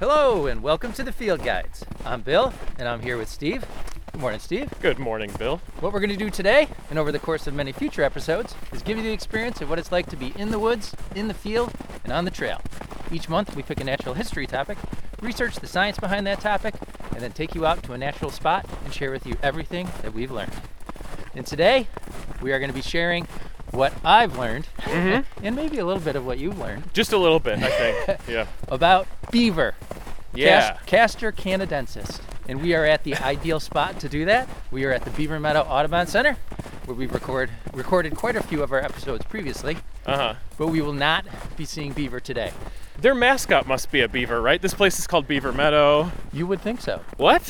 Hello and welcome to the Field Guides. I'm Bill and I'm here with Steve. Good morning, Steve. Good morning, Bill. What we're going to do today and over the course of many future episodes is give you the experience of what it's like to be in the woods, in the field, and on the trail. Each month we pick a natural history topic, research the science behind that topic, and then take you out to a natural spot and share with you everything that we've learned. And today we are going to be sharing what I've learned and maybe a little bit of what you've learned Just a little bit, I think. yeah. about beaver. Yeah. Cas- Castor canadensis. And we are at the ideal spot to do that. We are at the Beaver Meadow Audubon Center, where we record recorded quite a few of our episodes previously, Uh huh. but we will not be seeing beaver today. Their mascot must be a beaver, right? This place is called Beaver Meadow. You would think so. What?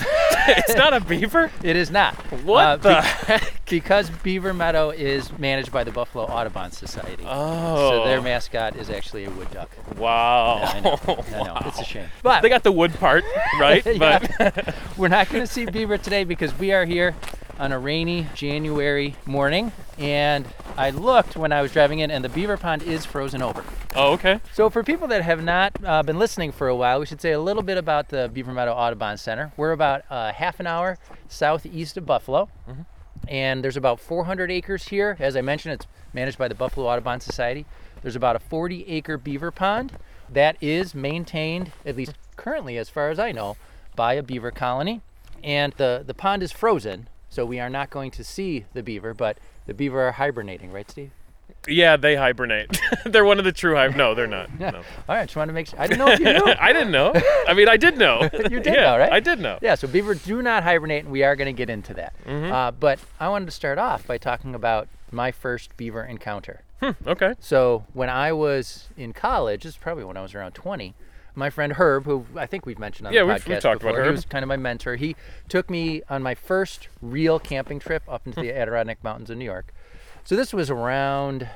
it's not a beaver? It is not. What Uh, the be- heck? because Beaver Meadow is managed by the Buffalo Audubon Society. Oh. So their mascot is actually a wood duck. Wow. I know. I know. It's a shame. But Oh, They got the wood part, right? Yeah. But We're not going to see beaver today because we are here on a rainy January morning. And I looked when I was driving in, and the beaver pond is frozen over. oh, okay. So, for people that have not uh, been listening for a while, we should say a little bit about the Beaver Meadow Audubon Center. We're about uh, half an hour southeast of Buffalo, and there's about 400 acres here. As I mentioned, it's managed by the Buffalo Audubon Society. There's about a 40 acre beaver pond that is maintained, at least currently, as far as I know, by a beaver colony. And the, the pond is frozen, so we are not going to see the beaver, but the beaver are hibernating, right, Steve? Yeah, they hibernate. they're one of the true hibernate. No, they're not. No. All right, just wanted to make sure. I didn't know if you knew. I didn't know. I mean, I did know. You did yeah, know, right? I did know. Yeah, so beaver do not hibernate, and we are going to get into that. Mm-hmm. Uh, but I wanted to start off by talking about my first beaver encounter. Okay. So when I was in college, this is probably when I was around 20, my friend Herb, who I think we've mentioned on Yeah, the we've- podcast we talked about before, he Herb. was kind of my mentor. He took me on my first real camping trip up into Hmm. the Adirondack Mountains in New York. So this was around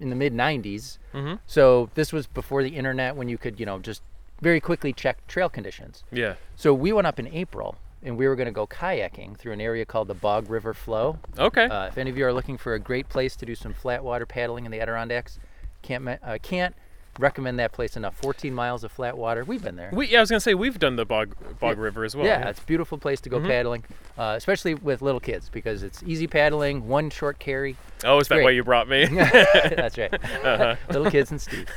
in the mid 90s. Mm-hmm. So this was before the internet when you could, you know, just very quickly check trail conditions. Yeah. So we went up in April and we were going to go kayaking through an area called the Bog River Flow. Okay. Uh, if any of you are looking for a great place to do some flat water paddling in the Adirondacks, can't, ma- uh, can't recommend that place enough. 14 miles of flat water. We've been there. we, yeah, I was gonna say we've done the bog bog river as well. yeah, it's a beautiful place to go paddling, uh, especially with little kids because it's easy paddling, one short carry. Oh, is that great. why you brought me? That's right. little kids and Steve.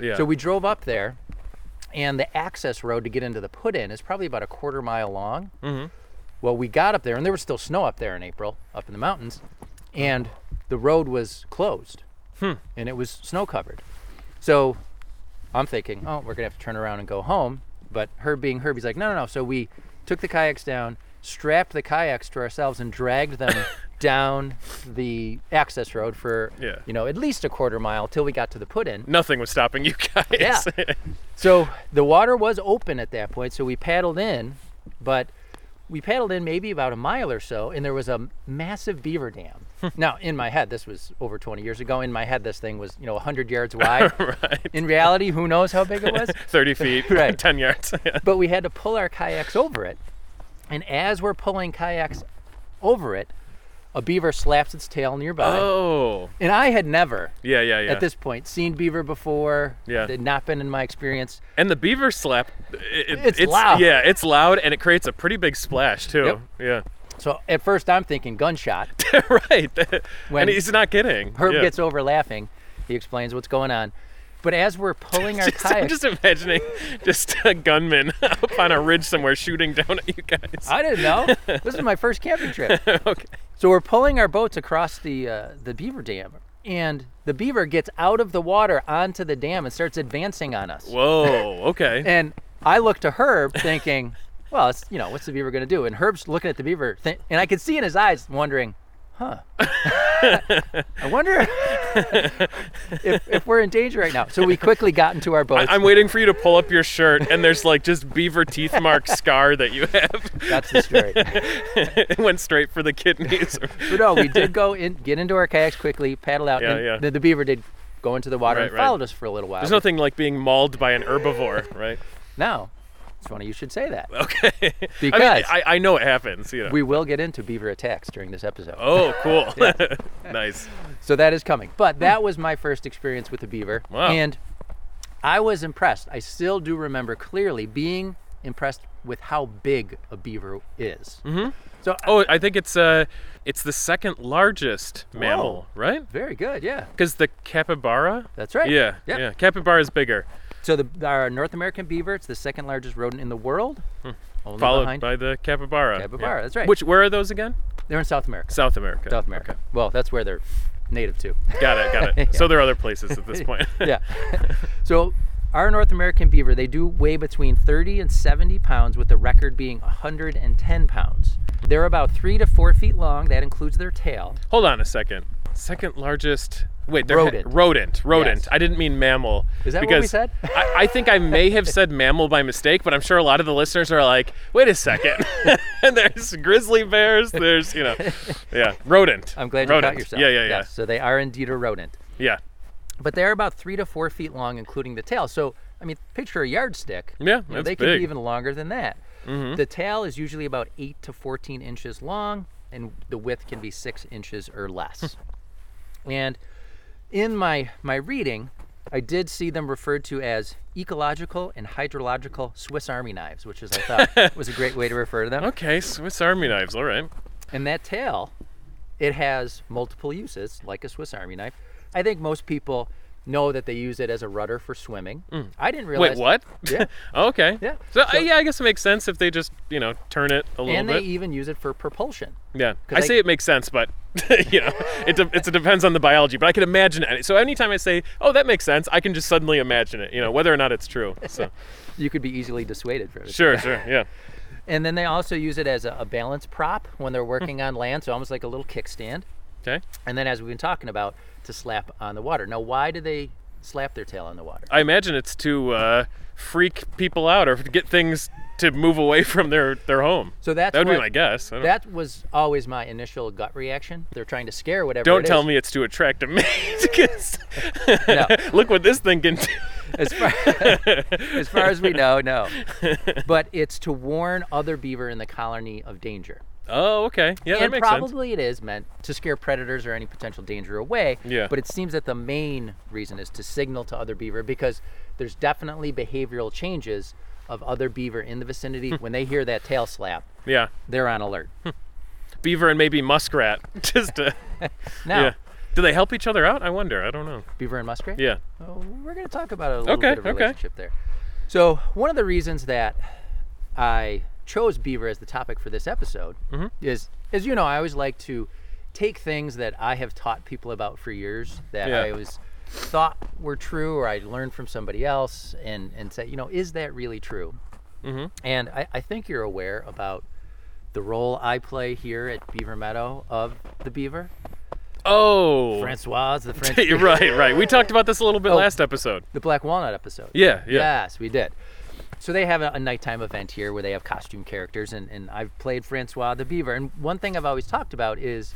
yeah. So we drove up there, and the access road to get into the put in is probably about a quarter mile long. Mhm. Well, we got up there, and there was still snow up there in April, up in the mountains, and the road was closed, Hmm. and it was snow covered. So I'm thinking, oh, we're gonna have to turn around and go home. But Herb being Herb, he's like, no, no, no. So we took the kayaks down, strapped the kayaks to ourselves, and dragged them down the access road for, Yeah. you know, at least a quarter mile till we got to the put in. Nothing was stopping you guys. Yeah. So the water was open at that point, so we paddled in, but we paddled in maybe about a mile or so, and there was a massive beaver dam. now, in my head, this was over 20 years ago. In my head, this thing was you know 100 yards wide. right. In reality, who knows how big it was? 30 feet, Right. 10 yards. Yeah. but we had to pull our kayaks over it, and as we're pulling kayaks over it, a beaver slaps its tail nearby. Oh. And I had never, Yeah, yeah, yeah. at this point, seen beaver before. Yeah. It had not been in my experience. and the beaver slap, i- i- It's loud. Yeah, it's loud and it creates a pretty big splash, too. So at first, I'm thinking gunshot. Yeah. right. When and he's not kidding. Herb yeah. gets over laughing. He explains what's going on. But as we're pulling our Just, I'm kayaks, just imagining just a gunman up on a ridge somewhere shooting down at you guys. I didn't know. This is my first camping trip. okay. So we're pulling our boats across the uh, the beaver dam, and the beaver gets out of the water onto the dam and starts advancing on us. Whoa. Okay. And I look to Herb, thinking, "Well, it's, you know, what's the beaver going to do?" And Herb's looking at the beaver, th- and I could see in his eyes, wondering, "Huh? I wonder if, if we're in danger right now." So we quickly got into our boats. I'm waiting for you to pull up your shirt, and there's like just beaver teeth mark scar that you have. That's the story. it went straight for the kidneys. But no, we did go in, get into our kayaks quickly, paddle out, Yeah, and yeah. The, the beaver did go into the water Right, and right. followed us for a little while. There's nothing like being mauled by an herbivore, right? now, it's funny you should say that Okay. I, because mean, I, I know it happens. You know. we will get into beaver attacks during this episode. oh, cool. nice. So that is coming. But that was my first experience with a beaver, Wow. and I was impressed. I still do remember clearly being impressed with how big a beaver is. Mm-hmm. So Oh, I think it's uh, it's the second largest mammal, right? very good, yeah. Because the capybara. That's right. Yeah, Yep. yeah. Capybara is bigger, So the our North American beaver, it's the second largest rodent in the world. Only Hmm. followed behind. by the capybara. yeah. Capybara, that's right. Which? Where are those again? They're in South America. South America. South America. Well, that's where they're native to. Okay. Got it. Got it. So there are other places at this point. yeah. so our North American beaver, they do weigh between 30 and 70 pounds, with the record being 110 pounds. They're about three to four feet long. That includes their tail. Hold on a second. Second largest. Wait, they're Rodent. rodent. Rodent. Yes. I didn't mean mammal. Is that what we because said? I, I think I may have said mammal by mistake, but I'm sure a lot of the listeners are like, wait a second. and there's grizzly bears. There's, you know, yeah, rodent. I'm glad you rodent. caught yourself. Yeah, yeah, yeah. Yes, so they are indeed a rodent. Yeah. But they're about three to four feet long, including the tail. So, I mean, picture a yardstick. Yeah, You know, that's they could big. Mm-hmm. be even longer than that. The tail is usually about eight to 14 inches long, and the width can be six inches or less. Hmm. and in my, my reading, I did see them referred to as ecological and hydrological Swiss Army knives, which is, I thought, was a great way to refer to them. Okay, Swiss Army knives. All right. And that tail, it has multiple uses, like a Swiss Army knife. I think most people know that they use it as a rudder for swimming. I didn't realize. Mm. Wait, what? Yeah. okay. Yeah. So, uh, yeah, I guess it makes sense if they just, you know, turn it a little And they bit. even use it for propulsion. Yeah, 'Cause I I- say it makes sense, but you know, it de- it's, it depends on the biology. But I can imagine it. So anytime I say, "Oh, that makes sense," I can just suddenly imagine it. You know, whether or not it's true. So You could be easily dissuaded from it. sure, sure, yeah, And then they also use it as a, a balance prop when Hmm. they're working on land, so almost like a little kickstand. okay. And then, as we've been talking about, to slap on the water. Now, why do they slap their tail on the water? I imagine it's to uh, freak people out or to get things to move away from their their home. So that's that would be what- my guess. I don't, That was always my initial gut reaction. They're trying to scare whatever. don't it tell is. me it's to attract a mate. 'cause No. look what this thing can do. as far, as far as we know, no. But it's to warn other beaver in the colony of danger. Oh, okay. Yeah, that and makes sense. probably it is meant to scare predators or any potential danger away. Yeah. But it seems that the main reason is to signal to other beaver because there's definitely behavioral changes of other beaver in the vicinity. when they hear that tail slap, Yeah, they're on alert. beaver and maybe muskrat. Just to, Now, yeah. Do they help each other out? I wonder. I don't know. beaver and muskrat? Yeah. Oh, we're going to talk about a little Okay, bit of okay. relationship there. So one of the reasons that I chose beaver as the topic for this episode Mm-hmm. is, as you know, I always like to take things that I have taught people about for years that Yeah. I always thought were true or I learned from somebody else and, and say, you know, is that really true? Mm-hmm. And I, I think you're aware about the role I play here at Beaver Meadow of the beaver. Oh. Francoise, the French You're right, right. We talked about this a little Oh. bit last episode. The Black Walnut episode. Yeah, yeah. Yes, we did. So they have a, a nighttime event here where they have costume characters, and, and I've played Francois the Beaver. And one thing I've always talked about is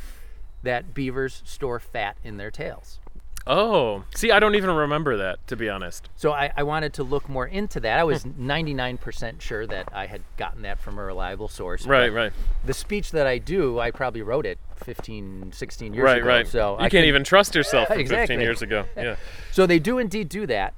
that beavers store fat in their tails. Oh. See, I don't even remember that, to be honest. So I, I wanted to look more into that. I was 99% sure that I had gotten that from a reliable source. but Right, right. The speech that I do, I probably wrote it 15, 16 years Right, ago. right. So you I can't even trust yourself from 15 Exactly. years ago. Yeah. So they do indeed do that.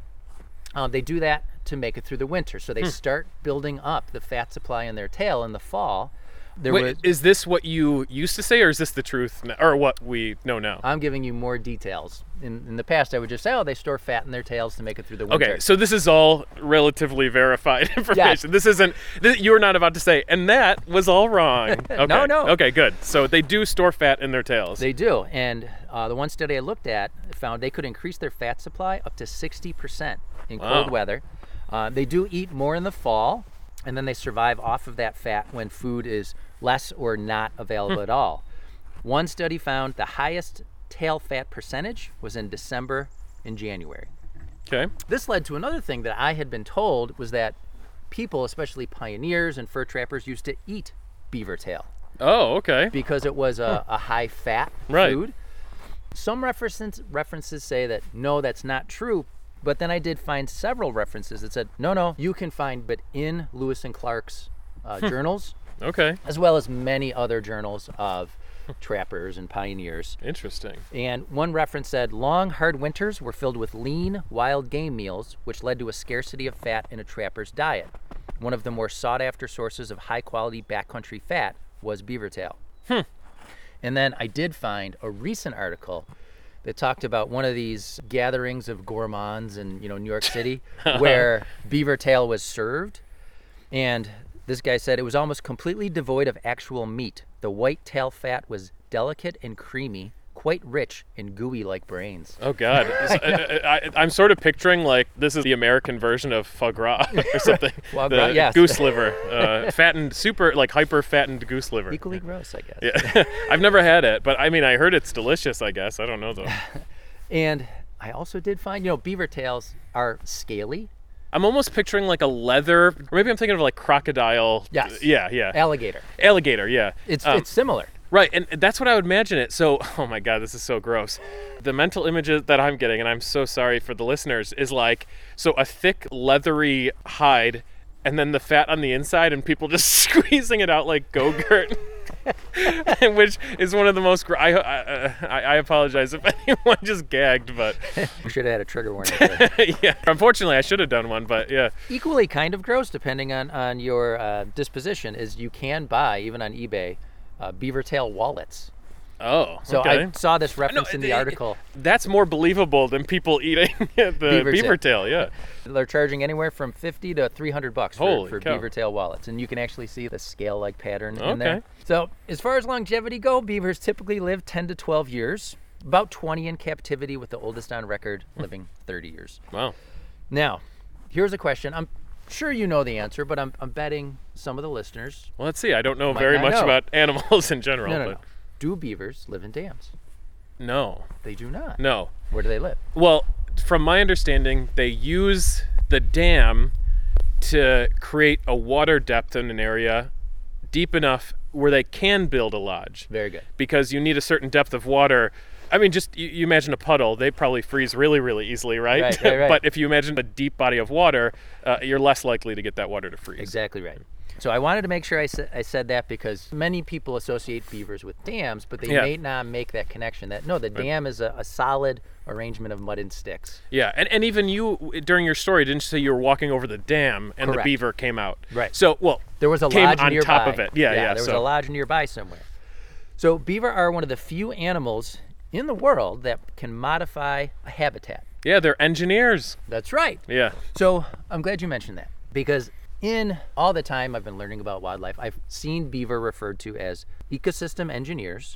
Uh, they do that to make it through the winter. So Hmm. they start building up the fat supply in their tail in the fall. There Wait, was, is this what you used to say, or is this the truth, now, or what we know now? I'm giving you more details. In, in the past, I would just say, oh, they store fat in their tails to make it through the winter. Okay, so this is all relatively verified information. This isn't. This, you're not about to say, and that was all wrong. Okay. No, no. Okay, good. So they do store fat in their tails. They do. And uh, the one study I looked at found they could increase their fat supply up to 60% in cold Wow. weather. Uh, they do eat more in the fall, and then they survive off of that fat when food is less or not available at all. One study found the highest tail fat percentage was in December and January. okay. This led to another thing that I had been told was that people, especially pioneers and fur trappers, used to eat beaver tail Oh, okay. because it was a, a high fat Right. food. Some references references say that no, that's not true. But then I did find several references that said no, no, you can find, but in Lewis and Clark's uh, journals, Okay. as well as many other journals of trappers and pioneers. Interesting. And one reference said long, hard winters were filled with lean, wild game meals, which led to a scarcity of fat in a trapper's diet. One of the more sought after sources of high quality backcountry fat was beaver tail. Hmm. And then I did find a recent article that talked about one of these gatherings of gourmands in you know New York City where beaver tail was served. And this guy said it was almost completely devoid of actual meat. The white tail fat was delicate and creamy, quite rich and gooey like brains. Oh God, It's- I, am sort of picturing like this is the American version of foie gras or something. Foie The gras, yes. Goose liver, uh, fattened, super like hyper fattened goose liver. Equally gross, I guess. Yeah. I've never had it, but I mean, I heard it's delicious. I guess I don't know though. And I also did find, you know, beaver tails are scaly. I'm almost picturing like a leather, or maybe I'm thinking of like crocodile. Yes. Yeah, yeah. Alligator. Alligator. Yeah. It's Um, it's similar. Right, and that's what I would imagine it. So, oh my God, this is so gross. The mental images that I'm getting, and I'm so sorry for the listeners, is like so a thick, leathery hide, and then the fat on the inside, and people just squeezing it out like go gurt. Which is one of the most. Gr- I, I I I apologize if anyone just gagged, but We should have had a trigger warning. there. yeah. Unfortunately, I should have done one, but yeah. Equally kind of gross, depending on on your uh, disposition, is you can buy even on eBay uh, beaver tail wallets. Oh, So okay. I saw this reference in the it- it- article. That's more believable than people eating the beaver, Beaver tail. tail. Yeah. They're charging anywhere from 50 to 300 bucks for, Holy for cow. beaver tail wallets, and you can actually see the scale-like pattern in there. Okay. So, as far as longevity go, beavers typically live 10 to 12 years, about 20 in captivity, with the oldest on record Hmm. living 30 years. Wow. Now, here's a question. I'm sure you know the answer, but I'm, I'm betting some of the listeners. Well, let's see. I don't know Might very not much know. about animals in general, No, no, no. but Do beavers live in dams? no. They do not. no, Where do they live? Well, from my understanding, they use the dam to create a water depth in an area deep enough where they can build a lodge. Very good. Because you need a certain depth of water. I mean, just you, you imagine a puddle, they probably freeze really, really easily, right? Right, right, right. but if you imagine a deep body of water, uh, you're less likely to get that water to freeze. Exactly right. So I wanted to make sure I, sa- I said that because many people associate beavers with dams, but they Yeah. may not make that connection that no, the dam is a, a solid arrangement of mud and sticks. Yeah, and, and even you w- during your story didn't you say you were walking over the dam and Correct. the beaver came out. Right. So well, There was a came lodge on nearby. top of it. Yeah, yeah. There so was a lodge nearby somewhere. So beaver are one of the few animals in the world that can modify a habitat. yeah, they're engineers. That's right. Yeah. So I'm glad you mentioned that because in all the time I've been learning about wildlife, I've seen beaver referred to as ecosystem engineers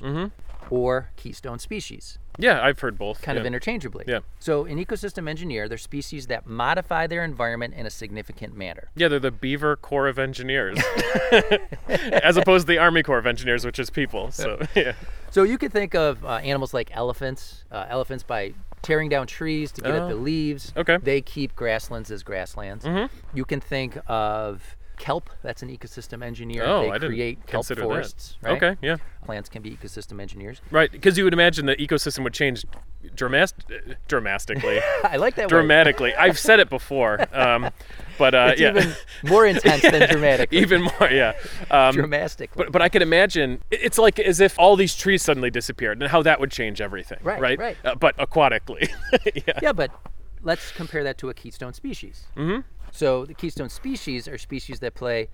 or keystone species, Yeah, I've heard both. kind of Mm-hmm. yeah. interchangeably. Yeah. So an ecosystem engineer, they're species that modify their environment in a significant manner. Yeah, they're the Beaver Corps of Engineers, as opposed to the Army Corps of Engineers, which is people. So yeah, So you could think of uh, animals like elephants. Uh, elephants, by tearing down trees to get at the Oh. leaves, Okay. Mm-hmm. they keep grasslands as grasslands. You can think of kelp. That's an ecosystem engineer. Oh, they I didn't create kelp consider that. forests. Right? Okay, yeah. Plants can be ecosystem engineers. right. Because you would imagine the ecosystem would change dramas- dramatically, I like that word. dramatically. I've said it before, um, but uh, yeah, Even more intense than dramatic. even more. Yeah. Um, dramatically. But, but I can imagine it- it's like as if all these trees suddenly disappeared and how that would change everything. Right, Right. right. Uh, but aquatically. yeah. yeah, but let's compare that to a keystone species. Mm-hmm. So the keystone species are species that play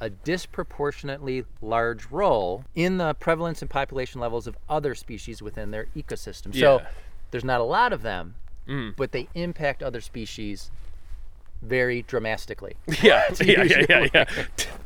a disproportionately large role in the prevalence and population levels of other species within their ecosystem. So Yeah. Mm. there's not a lot of them, but they impact other species very dramatically. Yeah. Yeah. Yeah. Yeah.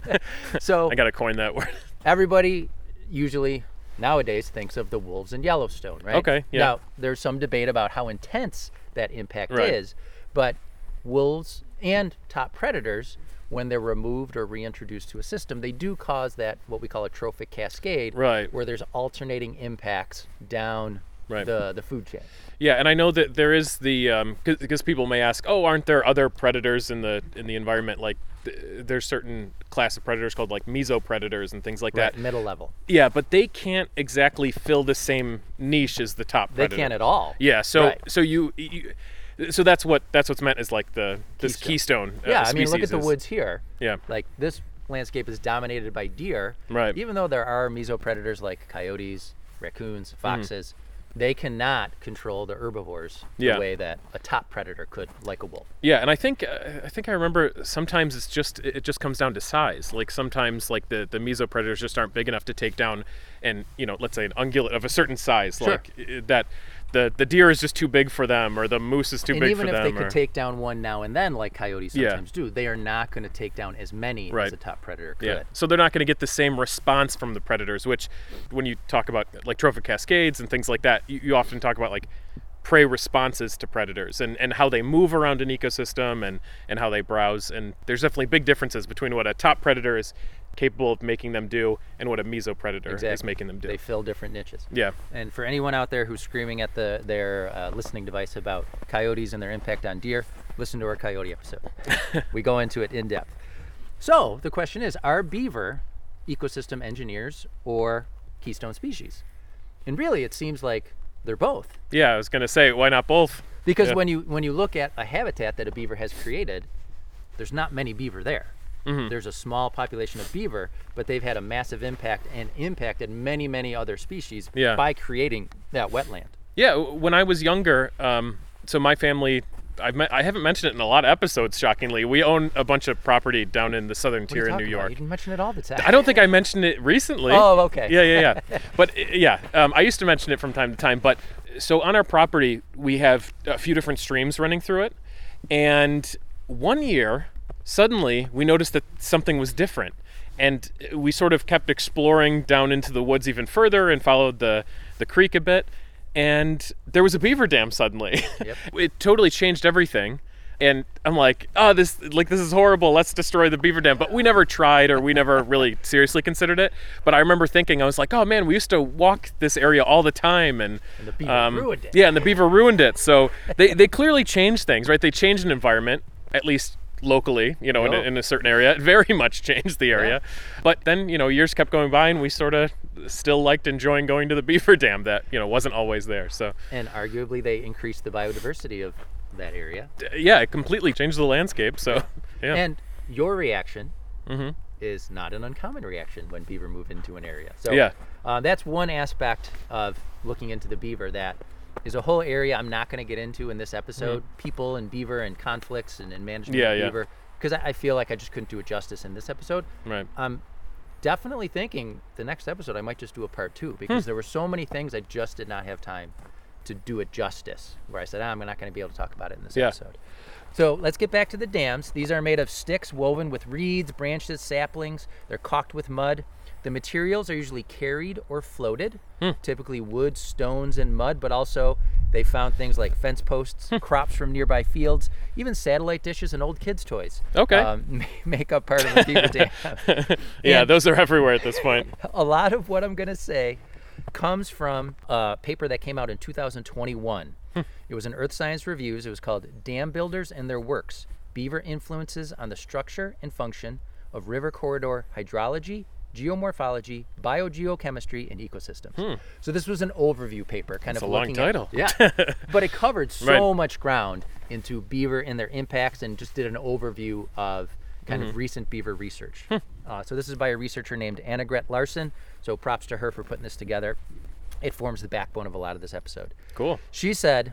yeah. So I got to coin that word. everybody usually nowadays thinks of the wolves in Yellowstone, right? Okay, yeah. Now there's some debate about how intense that impact Right. is, but wolves and top predators, when they're removed or reintroduced to a system, they do cause that what we call a trophic cascade, Right. where there's alternating impacts down Right. the the food chain. Yeah. And I know that there is the, because people may ask, oh, aren't there other predators in the, in the environment? Like th- there's certain class of predators called like mesopredators and things like That that. middle level, Yeah. But they can't exactly fill the same niche as the top they predator. can't at all. Yeah. So Right. so you, you so that's what that's what's meant is like the this keystone. uh, Yeah, I mean, look species at the is- woods here. Yeah. Like this landscape is dominated by deer. Right. Even though there are mesopredators like coyotes, raccoons, Mm-hmm. foxes, they cannot control the herbivores Yeah. the way that a top predator could, like a wolf. Yeah, and I think uh, I think I remember sometimes it's just it just comes down to size. Like sometimes like the the mesopredators just aren't big enough to take down and you know, let's say an ungulate of a certain size Sure. like i- that the the deer is just too big for them or the moose is too and big even for if them. they could or- take down one now and then, like coyotes Yeah. sometimes do, they are not going to take down as many Right. as a top predator could. yeah. So they're not going to get the same response from the predators, which when you talk about like trophic cascades and things like that, you, you often talk about like prey responses to predators and, and how they move around an ecosystem and, and how they browse. And there's definitely big differences between what a top predator is capable of making them do and what a meso predator is Exactly. making them do. They fill different niches. yeah. And for anyone out there who's screaming at the their uh, listening device about coyotes and their impact on deer, listen to our coyote episode. we go into it in depth. So the question is: Are beaver ecosystem engineers or keystone species? And really, it seems like they're both. Yeah, I was going to say, why not both? Because Yeah. when you when you look at a habitat that a beaver has created, there's not many beaver there. Mm-hmm. There's a small population of beaver, but they've had a massive impact and impacted many many other species Yeah. by creating that wetland. Yeah, w- when I was younger, um, so my family, I've met, I haven't mentioned it in a lot of episodes. Shockingly, we own a bunch of property down in the southern What are you tier in New talking about? York. You didn't mention it all the time. I don't think I mentioned it recently. Oh, okay. Yeah, yeah, yeah. but uh, yeah, um, I used to mention it from time to time. But eh, so on our property, we have a few different streams running through it, and one year, suddenly we noticed that something was different, and eh, we sort of kept exploring down into the woods even further and followed the the creek a bit, and there was a beaver dam suddenly. Yep. it totally changed everything and I'm like, oh, this like this is horrible. Let's destroy the beaver dam. But we never tried, or we never really seriously considered it. But I remember thinking, I was like, oh man, we used to walk this area all the time, and, um, the beaver ruined it. Yeah, and the beaver ruined it. So they they clearly changed things, right? They changed an environment, at least locally, you know, in, a, Yeah. in a certain area. It very much changed the area. But then you know, years kept going by, and we sort of still liked enjoying going to the beaver dam that you know wasn't always there. So And arguably, they increased the biodiversity of that area. d- yeah, it completely changed the landscape. So yeah. Mm-hmm. And your reaction is not an uncommon reaction when beaver move into an area. So Yeah. uh, that's one aspect of looking into the beaver that is a whole area I'm not going to get into in this episode. People and beaver and conflicts and, and management Mm-hmm. Yeah, of yeah. beaver. Because I, I feel like I just couldn't do it justice in this episode. Right. I'm definitely thinking the next episode I might just do a part two because Hmm. there were so many things I just did not have time to do it justice. Where I said, ah, I'm not going to be able to talk about it in this Yeah. episode. So let's get back to the dams. These are made of sticks woven with reeds, branches, saplings. They're caulked with mud. The materials are usually carried or floated, Hmm. typically wood, stones, and mud, but also they found things like fence posts, Hmm. crops from nearby fields, even satellite dishes and old kids' toys. Okay. Um, make up part of the beaver dam. Yeah, And- those are everywhere at this point. a lot of what I'm going to say comes from a paper that came out in 2021. it was in Earth Science Reviews. It was called Dam Builders and Their Works Beaver Influences on the Structure and Function of River Corridor Hydrology, Geomorphology, Biogeochemistry, and Ecosystems. So, this was an overview paper, kind Hmm. That's of a long looking at- title. yeah. but it covered so much ground into beaver and their impacts and just did an overview of kind Mm-hmm. of recent beaver research. Hmm. uh, so this is by a researcher named Anna Gret Larson. So props to her for putting this together. It forms the backbone of a lot of this episode. Cool. She said,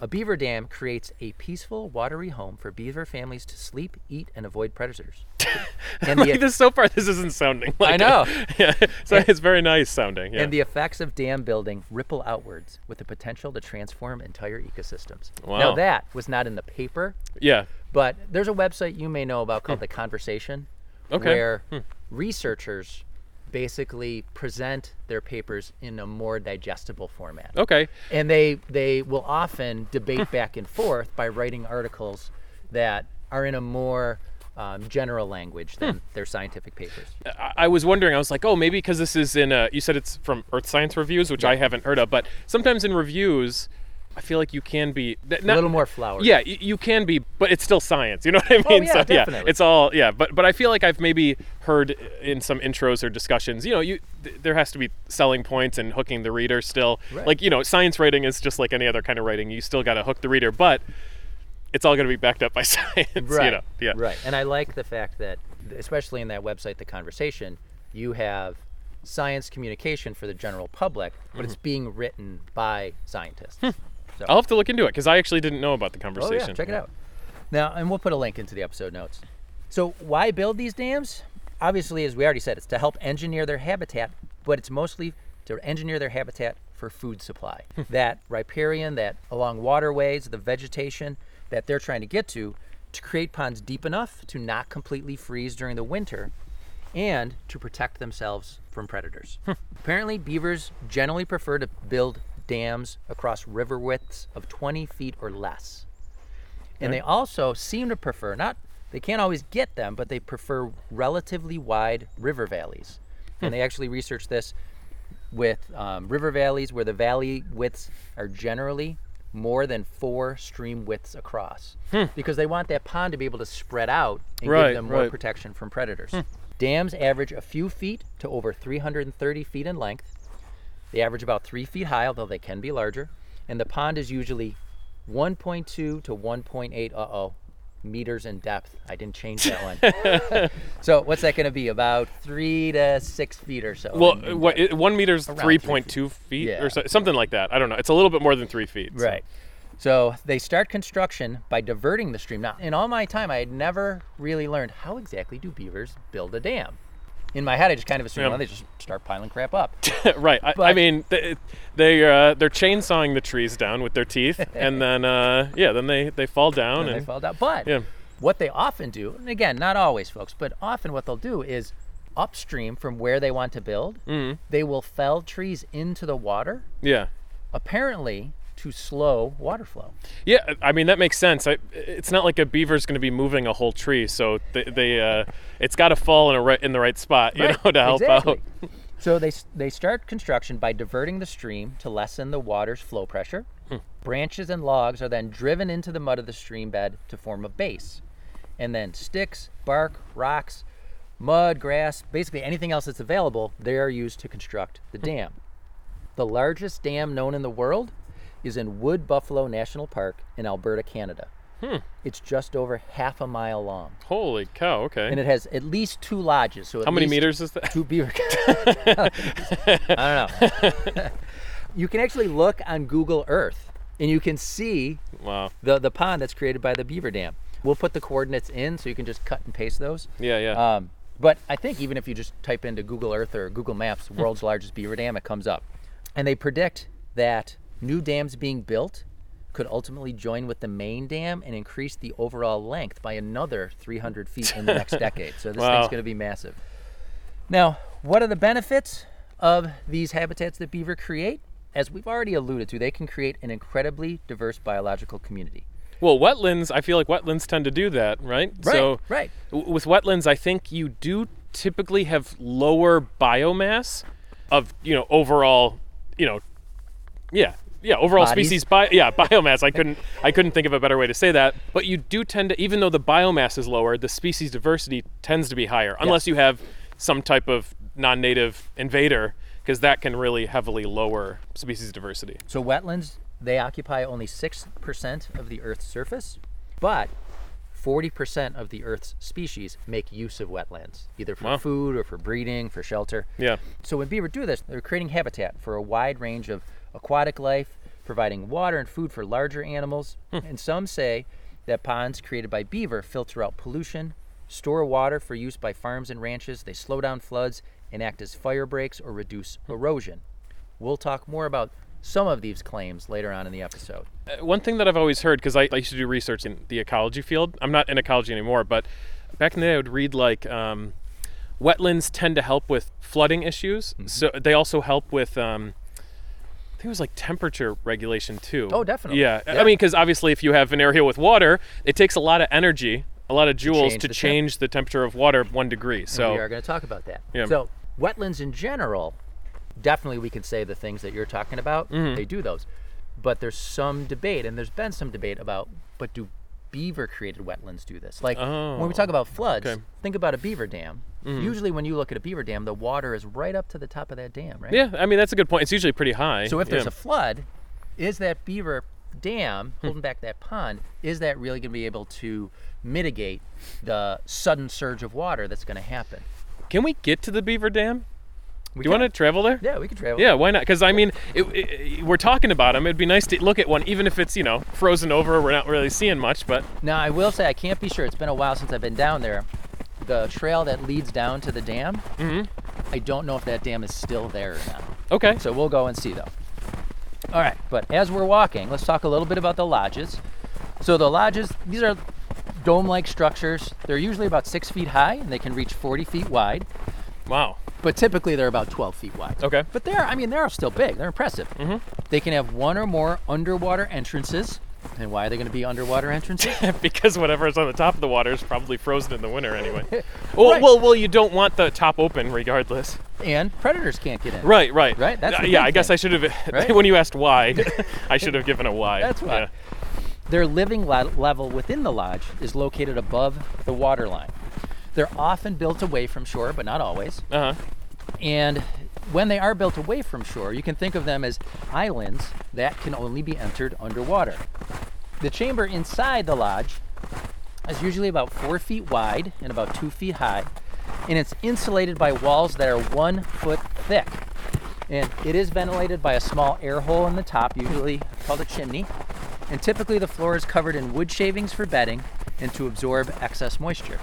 a beaver dam creates a peaceful, watery home for beaver families to sleep, eat, and avoid predators. and, the, Like this so far, this isn't sounding. Like I know. It. Yeah, so it's very nice sounding. Yeah. and the effects of dam building ripple outwards with the potential to transform entire ecosystems. Now, Wow. that was not in the paper, yeah. But there's a website you may know about called The Conversation, Okay. where researchers basically present their papers in a more digestible format. Okay. And they they will often debate back and forth by writing articles that are in a more um, general language than their scientific papers. I, I was wondering. I was like, oh, maybe because this is in. A, you said it's from Earth Science Reviews, which I haven't heard of. But sometimes in reviews, I feel like you can be th- A not- little more flowery. Yeah, y- you can be, but it's still science. You know what I Oh, mean? yeah, so yeah, definitely. it's all yeah. But but I feel like I've maybe heard in some intros or discussions, you know, you th- there has to be selling points and hooking the reader still. Right. Like you know, science writing is just like any other kind of writing. You still got to hook the reader, but it's all going to be backed up by science. Right. You know? Yeah. Right. And I like the fact that, especially in that website, The Conversation, you have science communication for the general public, but Mm-hmm. it's being written by scientists. Hmm. So, I'll have to look into it because I actually didn't know about the oh conversation. yeah, check it out. Now, and we'll put a link into the episode notes. So, why build these dams? Obviously, as we already said, it's to help engineer their habitat, but it's mostly to engineer their habitat for food supply. that riparian, that along waterways, the vegetation that they're trying to get to, to create ponds deep enough to not completely freeze during the winter and to protect themselves from predators. Apparently, beavers generally prefer to build dams across river widths of 20 feet or less. And they also seem to prefer, not, they can't always get them, but they prefer relatively wide river valleys. And Hmm. they actually researched this with um, river valleys where the valley widths are generally more than four stream widths across because they want that pond to be able to spread out and Hmm. Right, give them more right. Hmm. protection from predators. Dams average a few feet to over 330 feet in length. They average about three feet high, although they can be larger. And the pond is usually 1.2 to 1.8, uh oh, meters in depth. I didn't change that one. so, what's that going to be? About three to six feet or so. Well, in- in uh, what, it, one meter is three three feet. point two feet Yeah. or so, something like that. I don't know. It's a little bit more than three feet. so- Right. So they start construction by diverting the stream. Now, in all my time, I had never really learned how exactly do beavers build a dam. In my head, I just kind of assumed Yeah. well, they just start piling crap up. right. I, I But- mean, they they uh, they're chainsawing the trees down with their teeth, and then uh, yeah, then they they fall down and and, they fall down. But Yeah. what they often do, and again, not always, folks, but often what they'll do is upstream from where they want to build, they will fell trees into the water, yeah. apparently to slow water flow. Yeah, I mean that makes sense. I, it's not like a beaver's going to be moving a whole tree, so they, they uh, it's got to fall in a right, in the right spot, you know, to help out. Exactly. So they s- they start construction by diverting the stream to lessen the water's flow pressure. Hmm. Branches and logs are then driven into the mud of the stream bed to form a base, and then sticks, bark, rocks, mud, grass, basically anything else that's available, they are used to construct the Hmm. dam. The largest dam known in the world is in Wood Buffalo National Park in Alberta, Canada. Hmm. It's just over half a mile long, Holy cow! Okay, and it has at least two lodges. So at how many least meters is that? two beaver I don't know. you can actually look on Google Earth and you can see Wow. the, the pond that's created by the beaver dam. We'll put the coordinates in so you can just cut and paste those. Yeah, yeah. Um, but I think even if you just type into Google Earth or Google Maps, world's largest beaver dam, it comes up. And they predict that new dams being built could ultimately join with the main dam and increase the overall length by another 300 feet in the next decade. So this Wow. thing's going to be massive. Now, what are the benefits of these habitats that beaver create? As we've already alluded to, they can create an incredibly diverse biological community. Well, wetlands, I feel like wetlands tend to do that, right? So right. w- with wetlands, I think you do typically have lower biomass of, you know, overall, you know, yeah. Yeah, overall Bodies? species bi- yeah, biomass. I couldn't I couldn't think of a better way to say that, but you do tend to even though the biomass is lower, the species diversity tends to be higher unless you have some type of non-native invader because that can really heavily lower species diversity. So wetlands, they occupy only 6% of the Earth's surface, but 40% of the Earth's species make use of wetlands, either for Wow. food or for breeding, for shelter. Yeah. So when beaver do this, they're creating habitat for a wide range of aquatic life, providing water and food for larger animals. And some say that ponds created by beaver filter out pollution, store water for use by farms and ranches, they slow down floods, and act as fire breaks or reduce erosion. We'll talk more about some of these claims later on in the episode. one thing that I've always heard because I, I used to do research in the ecology field. I'm not in ecology anymore, but back in the day, I would read like um, wetlands tend to help with flooding issues. So they also help with. Um, I think it was like temperature regulation too. Oh, definitely. Yeah, I- Yeah. I mean, because obviously, if you have an area with water, it takes a lot of energy, a lot of joules change the to temp. change the temperature of water one degree. So we are going to talk about that. Yeah. So wetlands in general, definitely we can say the things that you're talking about. Mm-hmm. They do those, but there's some debate, and there's been some debate about, but do beaver-created wetlands do this? Like when we talk about floods, Oh, okay. Mm-hmm. think about a beaver dam. Usually, when you look at a beaver dam, the water is right up to the top of that dam, right? yeah, I mean, that's a good point. It's usually pretty high. So if there's yeah. Hmm. a flood, is that beaver dam holding back that pond? Is that really going to be able to mitigate the sudden surge of water that's going to happen? can we get to the beaver dam? We Do you want to travel there? Yeah, we could travel. Yeah, why not? Because I mean, it, it, we're talking about them. It'd be nice to look at one, even if it's you know frozen over. We're not really seeing much, but Now I will say I can't be sure. It's been a while since I've been down there. The trail that leads down to the dam. Mm-hmm. I don't know if that dam is still there or not. okay. So we'll go and see though. All right, but as we're walking, let's talk a little bit about the lodges. So the lodges, these are dome-like structures. They're usually about six feet high and they can reach 40 feet wide, Wow. but typically they're about 12 feet wide. Okay. Mm-hmm. But they're, I mean, they're still big. They're impressive. They can have one or more underwater entrances. And why are they going to be underwater entrances? because whatever's on the top of the water is probably frozen in the winter anyway. well, Right. well, well, you don't want the top open regardless. and predators can't get in. Right, right, Right, that's Uh, the yeah, big I guess thing. I should have. Right? when you asked why, I should have given a why. That's why. Yeah. Their living la- level within the lodge is located above the water line. They're often built away from shore, but not always. Uh-huh. And when they are built away from shore, you can think of them as islands that can only be entered underwater. The chamber inside the lodge is usually about four feet wide and about two feet high, and it's insulated by walls that are one foot thick. And it is ventilated by a small air hole in the top, usually called a chimney. And typically, the floor is covered in wood shavings for bedding and to absorb excess moisture.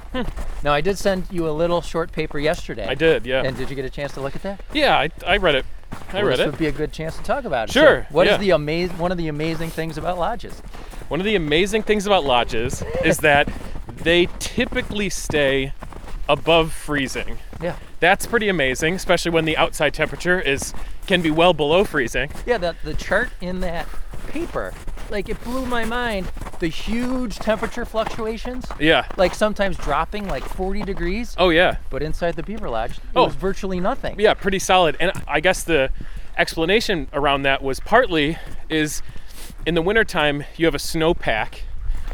Now, I did send you a little short paper yesterday. I did. Yeah. And did you get a chance to look at that? yeah, I, I read it. I Well, read this it. would be a good chance to talk about it. Sure, So what is yeah. the amaz- one of the amazing things about lodges? One of the amazing things about lodges is that they typically stay above freezing. Yeah. That's pretty amazing, especially when the outside temperature is can be well below freezing. Yeah, the, the chart in that paper, like it blew my mind. The huge temperature fluctuations, Yeah. like sometimes dropping like 40 degrees, Oh yeah. but inside the beaver lodge, it Oh. was virtually nothing. yeah, pretty solid. And I guess the explanation around that was partly is in the wintertime you have a snowpack.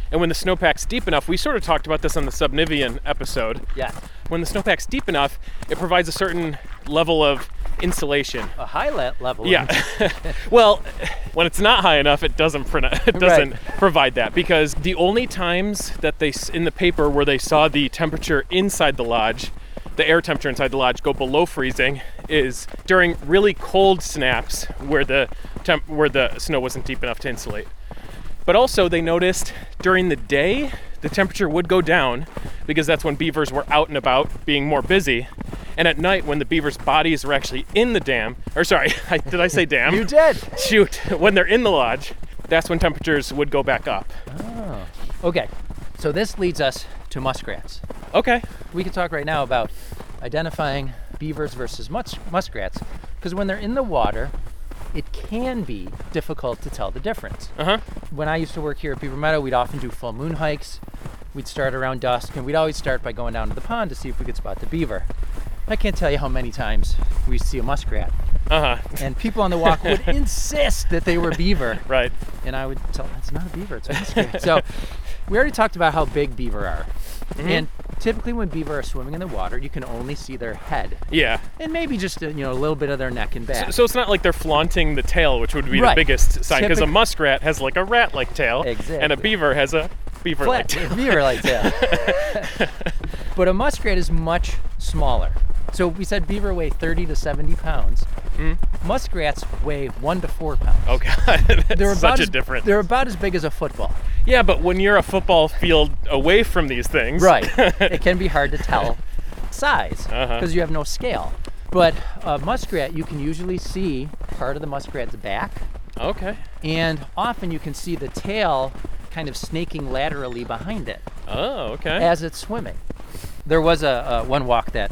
And when the snowpack's deep enough, we sort of talked about this on the Subnivian episode. Yeah. When the snowpack's deep enough, it provides a certain level of insulation. A high le- level. of- Yeah. well, when it's not high enough, it doesn't pro- it doesn't provide that because the only times that they s- in the paper where they saw the temperature inside the lodge, the air temperature inside the lodge go below freezing is during really cold snaps where the temp- where the snow wasn't deep enough to insulate. But also, they noticed during the day the temperature would go down because that's when beavers were out and about being more busy. And at night, when the beavers' bodies were actually in the dam, or sorry, I, did I say dam? You did. Shoot, when they're in the lodge, that's when temperatures would go back up. Okay. So this leads us to muskrats. Okay. we could talk right now about identifying beavers versus mus- muskrats because when they're in the water it can be difficult to tell the difference Uh huh. when i used to work here at beaver meadow we'd often do full moon hikes we'd start around dusk and we'd always start by going down to the pond to see if we could spot the beaver i can't tell you how many times we see a muskrat Uh huh. and people on the walk would insist that they were beaver Right. and I would tell it's not a beaver, it's a muskrat. so we already talked about how big beaver are. Mm-hmm. And typically when beaver are swimming in the water, you can only see their head Yeah. and maybe just uh, you know a little bit of their neck and back. So it's not like they're flaunting the tail, which would be Right. the biggest sign, because a Typic- muskrat has like a rat-like tail, and Exactly. a beaver has a Flat beaver-like tail. beaver like that. but a muskrat is much smaller. So we said beaver weigh 30 to 70 pounds. Muskrats weigh 1 to 4 pounds. Mm-hmm. Oh god, that's They're about such a as, difference. They're about as big as a football. Yeah, but when you're a football field away from these things, Right. it can be hard to tell size because Uh-huh. you have no scale. But a muskrat, you can usually see part of the muskrat's back, Okay. and often you can see the tail kind of snaking laterally behind it Oh, okay. as it's swimming. There was a uh, one walk that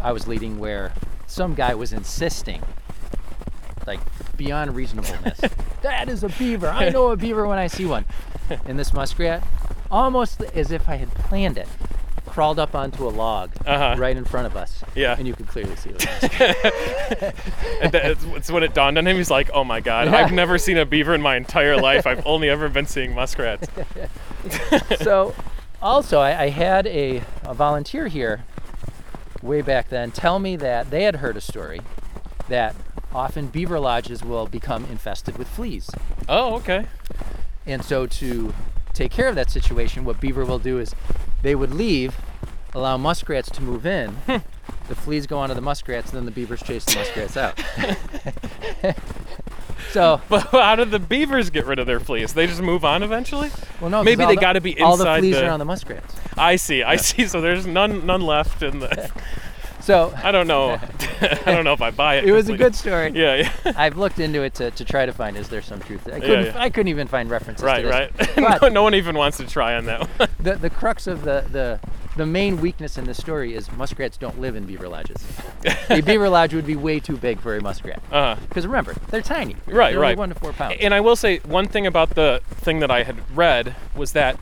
I was leading where some guy was insisting, like beyond reasonableness, that is a beaver. I know a beaver when I see one. And this muskrat, almost as if I had planned it, crawled up onto a log Uh-huh. right in front of us. Yeah. And you could clearly see the And that- it's, it's when it dawned on him, he's like, "Oh my god, I've Yeah. never seen a beaver in my entire life. I've only ever been seeing muskrats." so also I, I had a, a volunteer here way back then tell me that they had heard a story that often beaver lodges will become infested with fleas Oh, okay. and so to take care of that situation what beaver will do is they would leave allow muskrats to move in The fleas go onto the muskrats, and then the beavers chase the muskrats out. so, But how did the beavers get rid of their fleas? They just move on eventually. well, no. 'cause Maybe all they the- gotta be All the inside fleas the- are on the muskrats. I see. I see. So there's none none left in the. So I don't know. I don't know if I buy it. it was a completely. good story. Yeah. yeah. I've looked into it to, to try to find is there some truth. to it. I couldn't, yeah. I couldn't even find references. Right. to this. But- Right. no, no one even wants to try on that one. The, the crux of the, the the main weakness in this story is muskrats don't live in beaver lodges. a beaver lodge would be way too big for a muskrat. Uh, Because remember, they're tiny. Right, They're only right. One to four pounds. and I will say one thing about the thing that I had read was that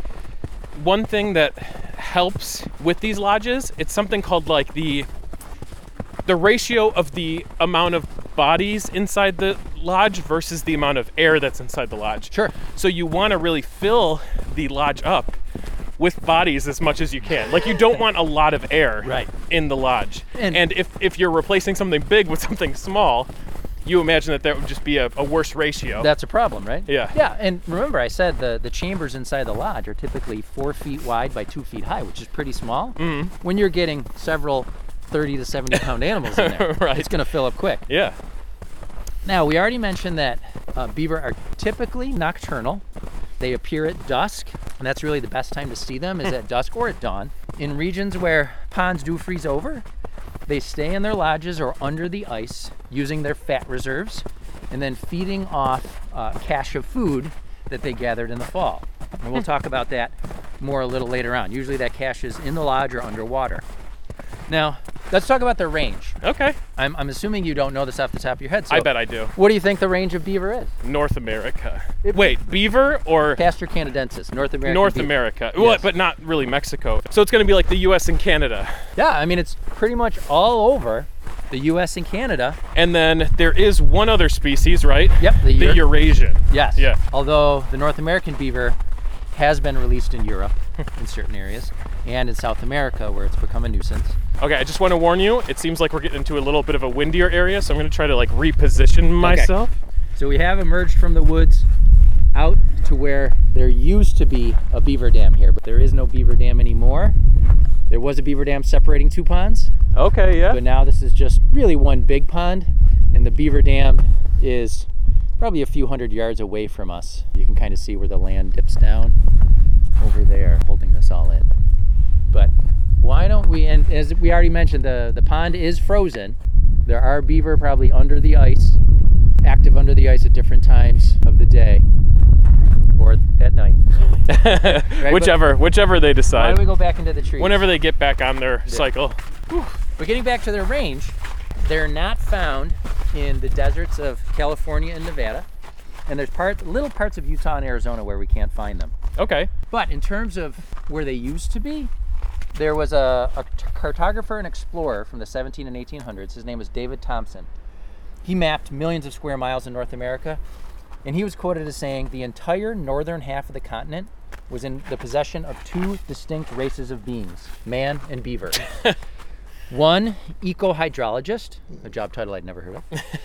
one thing that helps with these lodges it's something called like the the ratio of the amount of bodies inside the lodge versus the amount of air that's inside the lodge. Sure. So you want to really fill the lodge up with bodies as much as you can. Like you don't want a lot of air Right. in the lodge. And- And, if, if you're replacing something big with something small, you imagine that that would just be a, a worse ratio. That's a problem, right? Yeah. Yeah, and remember I said the, the chambers inside the lodge are typically four feet wide by two feet high, which is pretty small. Mm-hmm. Mm. When you're getting several 30 to 70 pound animals in there, Right. it's going to fill up quick. yeah. Now, we already mentioned that uh, beaver are typically nocturnal. They appear at dusk, and that's really the best time to see them is at dusk or at dawn. In regions where ponds do freeze over, they stay in their lodges or under the ice using their fat reserves and then feeding off uh, cache of food that they gathered in the fall. And we'll talk about that more a little later on. Usually that cache is in the lodge or underwater. Now, let's talk about their range. Okay. I'm, I'm assuming you don't know this off the top of your head. So I bet I do. what do you think the range of beaver is? North America. Wait, beaver or Castor canadensis, North American. North beaver. America? Well, Yes. but not really Mexico. So it's going to be like the U.S. and Canada. Yeah, I mean it's pretty much all over the U.S. and Canada. And then there is one other species, right? Yep, the The, Euro- Eurasian. Yes. Yeah. Although the North American beaver has been released in Europe in certain areas and in South America where it's become a nuisance. Okay, I just want to warn you. It seems like we're getting into a little bit of a windier area, so I'm going to try to like reposition myself. So we have emerged from the woods out to where there used to be a beaver dam here, but there is no beaver dam anymore. There was a beaver dam separating two ponds. Okay, yeah. but now this is just really one big pond and the beaver dam is probably a few hundred yards away from us you can kind of see where the land dips down over there holding this all in but why don't we and as we already mentioned the the pond is frozen there are beaver probably under the ice active under the ice at different times of the day or at night but- whichever, whichever they why don't we decide. go back into the trees Whenever they get back on their cycle. But getting back to their range, they're not found in the deserts of California and Nevada, and there's part, little parts of Utah and Arizona where we can't find them. Okay. But in terms of where they used to be, there was a, a t- cartographer and explorer from the 17 and 1800s. His name was David Thompson. He mapped millions of square miles in North America, and he was quoted as saying the entire northern half of the continent was in the possession of two distinct races of beings man and beaver. One ecohydrologist, a job title I'd never heard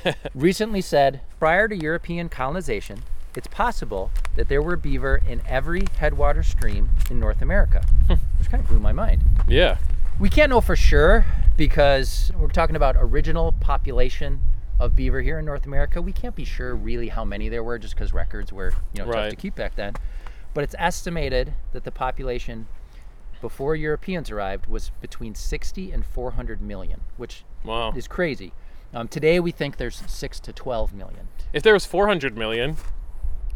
of, recently said prior to European colonization, it's possible that there were beaver in every headwater stream in North America, which kind of blew my mind. Yeah. We can't know for sure because we're talking about original population of beaver here in North America. We can't be sure really how many there were just because records were you know tough Right. to keep back then. But it's estimated that the population before Europeans arrived was between 60 and 400 million, which Wow. is crazy. Um, today we think there's six to 12 million. If there was 400 million,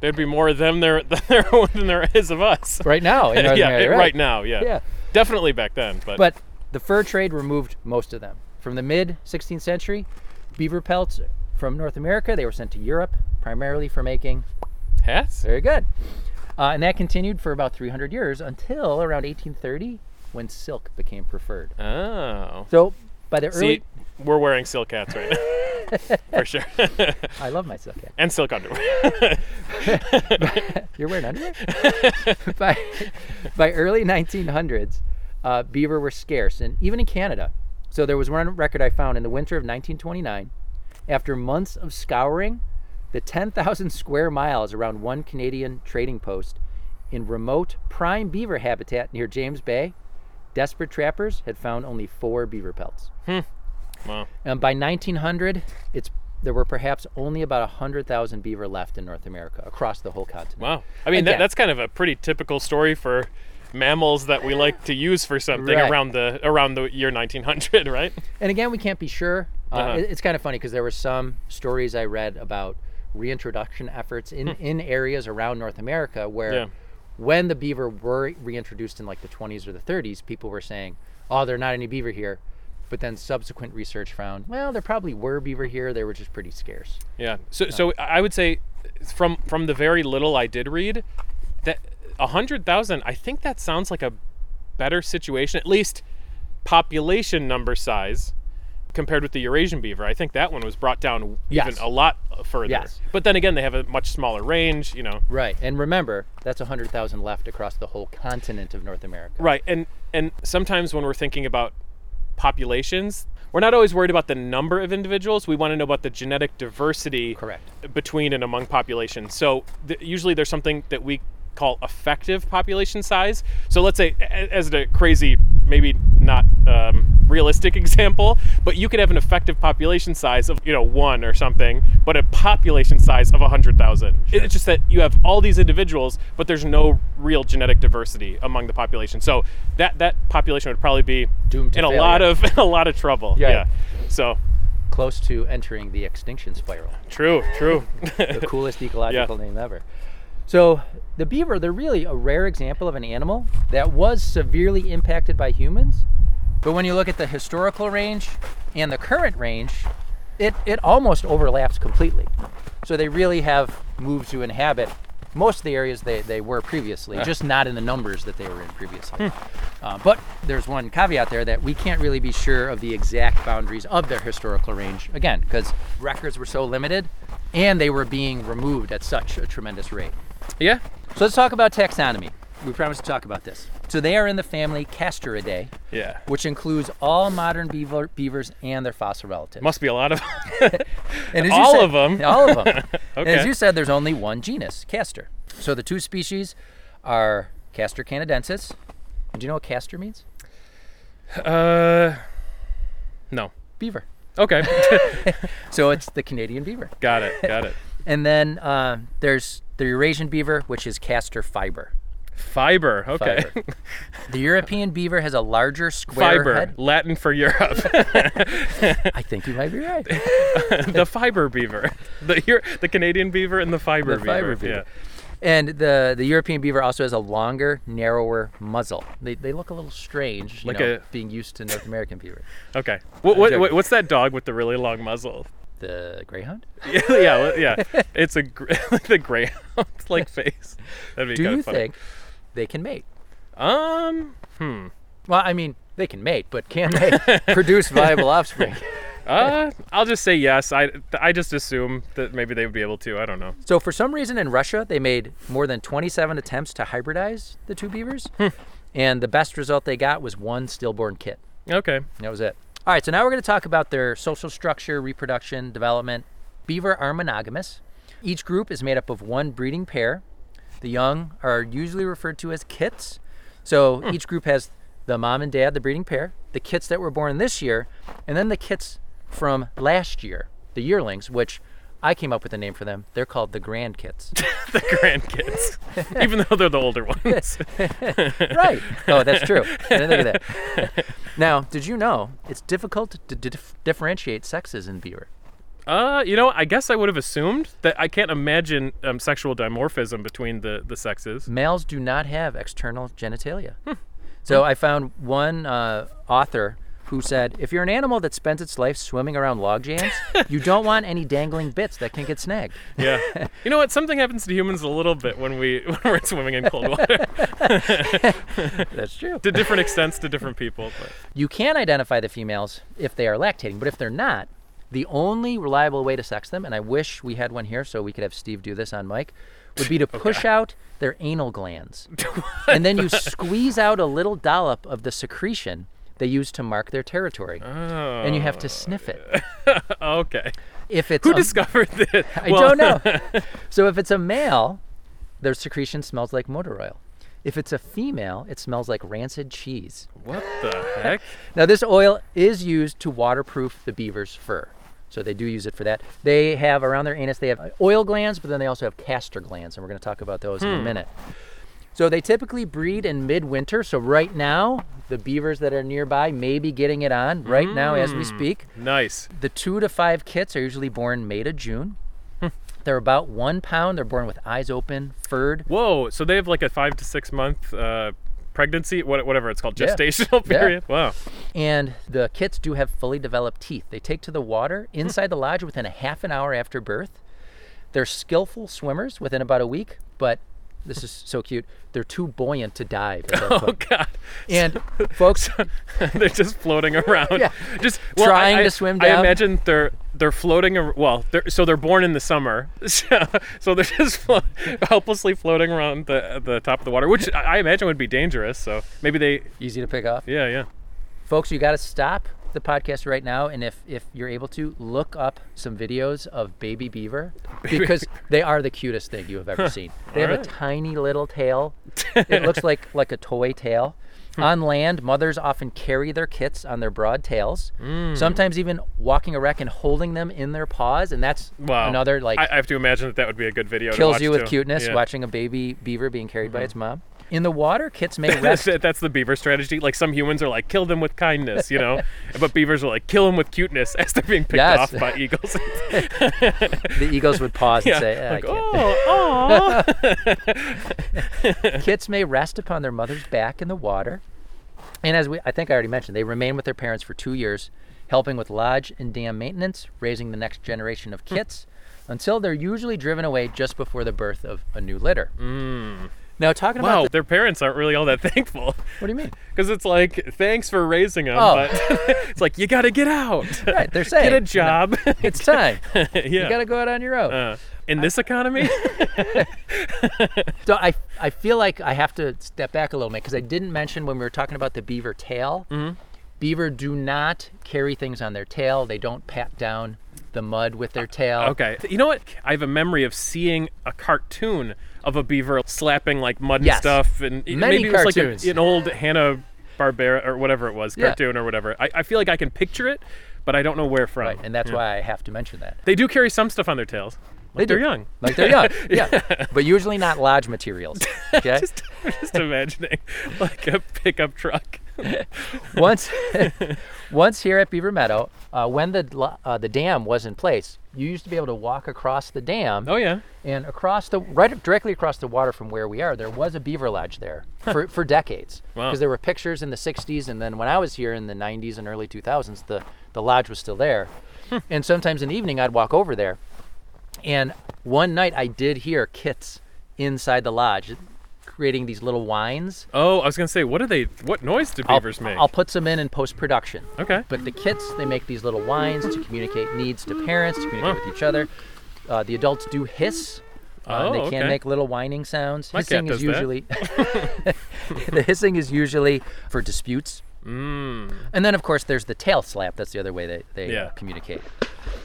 there'd be more of them there than there, than there is of us. Right now in North yeah, America, it- right. now, yeah. Yeah. Definitely back then, but, But the fur trade removed most of them. From the mid 16th century, beaver pelts from North America, they were sent to Europe, primarily for making. hats? Very good. Uh, and that continued for about 300 years until around 1830 when silk became preferred. Oh. So by the early. See, we're wearing silk hats right now. For sure. I love my silk hat. and silk underwear. You're wearing underwear? by, by early 1900s, uh, beaver were scarce, and even in Canada. So there was one record I found in the winter of 1929. After months of scouring, the 10,000 square miles around one Canadian trading post in remote prime beaver habitat near James Bay, desperate trappers had found only four beaver pelts. Wow. And by 1900, it's there were perhaps only about 100,000 beaver left in North America across the whole continent. Wow. I mean, that, Again. that's kind of a pretty typical story for mammals that we like to use for something Right. around the around the year 1900, right? And again, we can't be sure. Uh, Uh-huh. it- It's kind of funny because there were some stories I read about reintroduction efforts in, in areas around North America where Hmm. Yeah. when the beaver were reintroduced in like the 20s or the 30s, people were saying, oh, there are not any beaver here. But then subsequent research found, well, there probably were beaver here. They were just pretty scarce. Yeah. So so I would say from from the very little I did read that 100,000 I think that sounds like a better situation at least population number size compared with the Eurasian beaver. I think that one was brought down Yes. even a lot uh, further. Yes. But then again they have a much smaller range, you know. Right. And remember, that's 100,000 left across the whole continent of North America. Right, and and sometimes when we're thinking about populations, we're not always worried about the number of individuals. We want to know about the genetic diversity, Correct. between and among populations. So th- usually there's something that we call effective population size. So let's say, a- as a crazy, maybe not um, realistic example, but you could have an effective population size of you know one or something, but a population size of hundred thousand. It's just that you have all these individuals, but there's no real genetic diversity among the population. So that that population would probably be Doomed to in a lot failure. of in a lot of trouble. Yeah. yeah. So Close to entering the extinction spiral. true, true. the coolest ecological name ever. So the beaver, they're really a rare example of an animal that was severely impacted by humans. But when you look at the historical range and the current range, it, it almost overlaps completely. So they really have moved to inhabit most of the areas they, they were previously, just not in the numbers that they were in previously. Uh, but there's one caveat there that we can't really be sure of the exact boundaries of their historical range, again, because records were so limited and they were being removed at such a tremendous rate. yeah. So let's talk about taxonomy. We promised to talk about this. So they are in the family Castoridae, Yeah. which includes all modern beaver, beavers and their fossil relatives. Must be a lot of. And as All of 'em? All of them. And Okay. as you said, there's only one genus, Castor. So the two species are Castor canadensis. Do you know what castor means? uh, no. Beaver. Okay. So it's the Canadian beaver. got it. Got it. And then uh, there's the Eurasian beaver, which is castor fiber. Fiber. Okay. Fiber. The European beaver has a larger square Fiber. head. Latin for Europe. I think you might be right. the fiber beaver. The Euro- the Canadian beaver and the fiber The beaver. fiber beaver. And the, the European beaver also has a longer, narrower muzzle. They, they look a little strange, you Like know, a- being used to North American beaver. Yeah. Okay. What, what, joking. what what's that dog with the really long muzzle? The greyhound? yeah. Yeah. yeah. It's a gr- the greyhound like face. That'd be Do kind you of funny. think they can mate? Um. Well, I mean, they can mate, but can they produce viable offspring? Uh. I'll just say yes. I I just assume that maybe they would be able to. I don't know. So, for some reason in Russia, they made more than 27 attempts to hybridize the two beavers, and the best result they got was one stillborn kit. Okay. And that was it. All right, so now we're going to talk about their social structure, reproduction, development. Beaver are monogamous. Each group is made up of one breeding pair. The young are usually referred to as kits. So each group has the mom and dad, the breeding pair, the kits that were born this year, and then the kits from last year, the yearlings, which I came up with a name for them. They're called the grand kits. the grandkids, even though they're the older ones. right. Oh, that's true. I didn't think of that. now, did you know it's difficult to dif- differentiate sexes in beaver? Uh, you know, I guess I would have assumed that I can't imagine um, sexual dimorphism between the, the sexes. males do not have external genitalia. So I found one uh, author who said, if you're an animal that spends its life swimming around log jams, you don't want any dangling bits that can get snagged. Yeah. you know what? Something happens to humans a little bit when we when we're swimming in cold water, That's true. to different extents to different people. But. You can identify the females if they are lactating, but if they're not, the only reliable way to sex them, and I wish we had one here so we could have Steve do this on mic, would be to push out their anal glands. and then you squeeze out a little dollop of the secretion they use to mark their territory. Oh, and you have to sniff it. okay. If it's Who a- discovered this? I don't know. so if it's a male, their secretion smells like motor oil. If it's a female, it smells like rancid cheese. What the heck? Now, this oil is used to waterproof the beaver's fur. So they do use it for that. They have around their anus, they have oil glands, but then they also have castor glands, and we're going to talk about those Hmm. in a minute. So they typically breed in midwinter. So right now, the beavers that are nearby may be getting it on right now as Hmm. we speak. Nice. The two to five kits are usually born May to June. They're about one pound. They're born with eyes open, furred, Whoa. So they have like a five to six month uh, pregnancy, what, whatever it's called, Yeah. gestational Yeah. period. Wow. and the kits do have fully developed teeth. They take to the water inside the lodge within a half an hour after birth. They're skillful swimmers within about a week, but this is so cute. They're too buoyant to dive. at that Oh point. God. And folks, they're just floating around. Yeah. Just well, Trying I, to I- swim I down. imagine they're they're floating. ar- Well, they're, so they're born in the summer, so, so they're just flo- helplessly floating around the at the top of the water, which I I imagine would be dangerous. So maybe they. easy to pick off. Yeah, yeah. Folks, you got to stop the podcast right now and if if you're able to look up some videos of baby beaver because they are the cutest thing you have ever seen. They have a Alright. tiny little tail. it looks like like a toy tail. Hmm. On land, mothers often carry their kits on their broad tails. Hmm. Sometimes even walking a wreck and holding them in their paws, and that's Wow. another like I, I have to imagine that that would be a good video. to kills watch, you with too. cuteness. Yeah. Hmm. Watching a baby beaver being carried by its mom in the water, kits may That's, rest. it- that's the beaver strategy. Like some humans are like, kill them with kindness, you know, but beavers are like, kill them with cuteness as they're being picked Yes. off by eagles. the eagles would pause and yeah. say, "Ah, I like, can't." oh, aw." Kits may rest upon their mother's back in the water. And as we, I think I already mentioned, they remain with their parents for two years, helping with lodge and dam maintenance, raising the next generation of kits, Hmm. until they're usually driven away just before the birth of a new litter. Now, talking Hmm. wow, about. their parents aren't really all that thankful. The, what do you mean? Because it's like, thanks for raising them, Oh. but it's like, you got to get out. Right, they're saying. Get you a know, job. it's time. yeah. You got to go out on your own. uh, in this economy? So I, I feel like I have to step back a little bit because I didn't mention when we were talking about the beaver tail. Mm-hmm. Beaver do not carry things on their tail. They don't pat down the mud with their tail. Okay. You know what? I have a memory of seeing a cartoon of a beaver slapping like mud Yes. and stuff, and it- Many maybe it was like cartoons. a, an old Hanna Barbera or whatever it was, Yeah. cartoon or whatever. I, I feel like I can picture it, but I don't know where from. Right, and that's why I have to mention that. they do carry some stuff on their tails. Like do. are young. Like they're young. yeah. But usually not lodge materials. Okay? Just, just imagining like a pickup truck. once once here at Beaver Meadow, uh, when the lo- uh, the dam was in place, you used to be able to walk across the dam. Oh yeah. And across the right directly across the water from where we are, there was a beaver lodge there for, for decades. Wow. Because there were pictures in the 60s, and then when I was here in the 90s and early 2000s, the, the lodge was still there. and sometimes in the evening, I'd walk over there. And one night, I did hear kits inside the lodge creating these little whines. Oh, I was gonna say, what are they? What noise do I'll- beavers make? I'll put some in in post production. okay. But the kits, they make these little whines to communicate needs to parents, to communicate Wow. with each other. Uh, the adults do hiss. Uh, and Oh, they can okay. make little whining sounds. My hissing cat is does that. usually the hissing is usually for disputes. And then of course there's the tail slap. That's the other way they, they Mm. Yeah. communicate.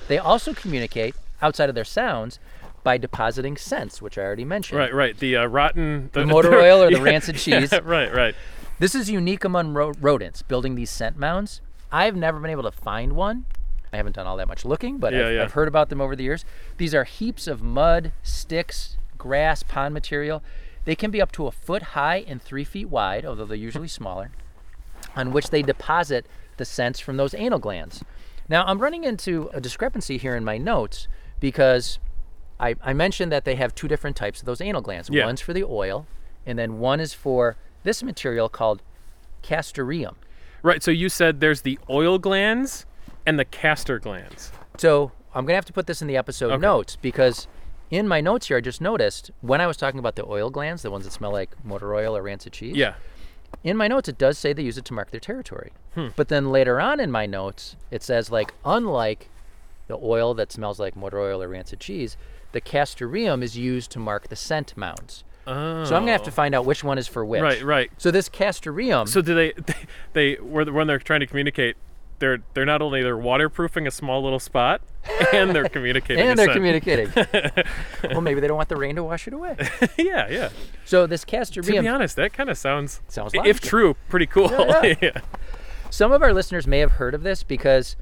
They also communicate outside of their sounds by depositing scents, which I already mentioned. Right, right. The uh, rotten, the, motor oil or the rancid yeah, cheese. right, right. This is unique among ro- rodents, building these scent mounds. I've never been able to find one. I haven't done all that much looking, but Yeah, I've, yeah. I've heard about them over the years. These are heaps of mud, sticks, grass, pond material. They can be up to a foot high and three feet wide, although they're usually smaller, on which they deposit the scents from those anal glands. Now, I'm running into a discrepancy here in my notes because I, I mentioned that they have two different types of those anal glands. Yeah. One's for the oil, and then one is for this material called castoreum. Right. So you said there's the oil glands and the castor glands. So I'm gonna have to put this in the episode notes because in my notes here, I just noticed when I was talking about the oil glands, the ones that smell like motor oil or rancid cheese. Yeah. In my notes, it does say they use it to mark their territory. Hmm. But then later on in my notes, it says like unlike the oil that smells like motor oil or rancid cheese, the castoreum is used to mark the scent mounds. Oh. So I'm gonna have to find out which one is for which. Right, right. So this castoreum. So do they? They, they were when they're trying to communicate. they're they're not only they're waterproofing a small little spot and they're communicating. and they're ascent. communicating. well, maybe they don't want the rain to wash it away. yeah, yeah. So this To castoreum. be honest, that kind of sounds Sounds if logical. true, pretty cool. Yeah, yeah. some of our listeners may have heard of this because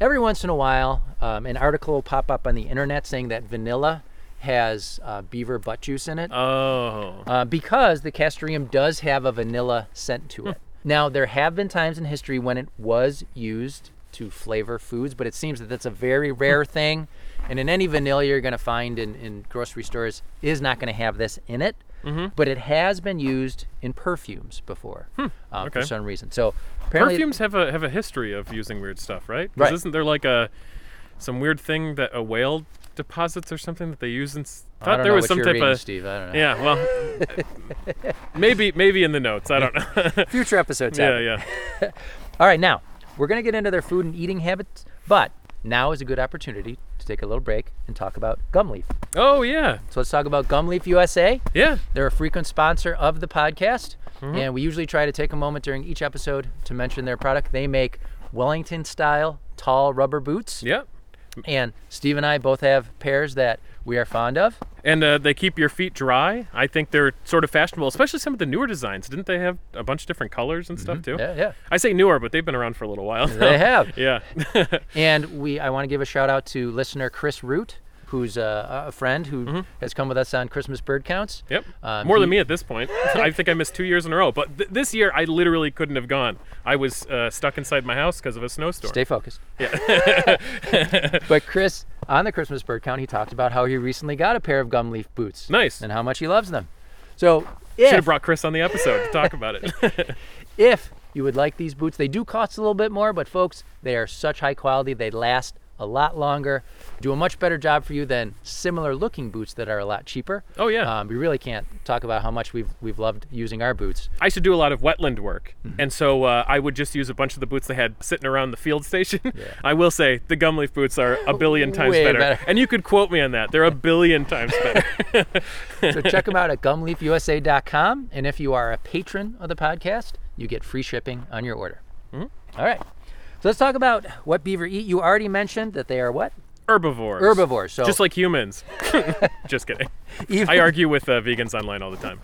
every once in a while um, an article will pop up on the internet saying that vanilla has uh, beaver butt juice in it Oh. uh, because the castoreum does have a vanilla scent Hmm. to it. Now, there have been times in history when it was used to flavor foods, but it seems that that's a very Hmm. rare thing. And in any vanilla you're going to find in, in grocery stores is not going to have this in it. Mm-hmm. But it has been used in perfumes before uh, for Hmm. okay. some reason. So apparently, Perfumes have a have a history of using weird stuff, right? 'Cause Right. Isn't there like a some weird thing that a whale deposits or something that they use? In, s- I thought don't there know was what some you're type reading, of Steve. I don't know. yeah. Well, maybe maybe in the notes. I don't know. Future episodes. yeah, happen. yeah. All right, now we're going to get into their food and eating habits, but now is a good opportunity to take a little break and talk about gum leaf. Oh yeah, So let's talk about Gum Leaf USA. yeah. They're a frequent sponsor of the podcast, Mm-hmm. and we usually try to take a moment during each episode to mention their product. They make Wellington style tall rubber boots, Yep. and Steve and I both have pairs that we are fond of. And uh, they keep your feet dry. I think they're sort of fashionable, especially some of the newer designs. Didn't they have a bunch of different colors and stuff too? Mm-hmm. Yeah, yeah. I say newer, but they've been around for a little while. They have. yeah. And we, I want to give a shout out to listener Chris Root, who's a, a friend who has come with us on Christmas bird counts. Mm-hmm. Yep. Um, More he- than me at this point. I think I missed two years in a row. But th- this year, I literally couldn't have gone. I was uh, stuck inside my house because of a snowstorm. Stay focused. but Chris, on the Christmas bird count, he talked about how he recently got a pair of gum leaf boots. Nice. And how much he loves them. So Should if, have brought Chris on the episode to talk about it. if you would like these boots, they do cost a little bit more, but folks, they are such high quality. They last a lot longer, do a much better job for you than similar looking boots that are a lot cheaper. Oh, yeah. Um, we really can't talk about how much we've we've loved using our boots. I should do a lot of wetland work, Mm-hmm. and so uh, I would just use a bunch of the boots they had sitting around the field station. I will say the gum leaf boots are a billion times Way better. better. and you could quote me on that. They're a billion times better. So check them out at gumleafusa.com. And if you are a patron of the podcast, you get free shipping on your order. Mm-hmm. All right. So let's talk about what beaver eat. You already mentioned that they are what? Herbivores. Herbivores. So Just like humans. just kidding. even, I argue with uh, vegans online all the time.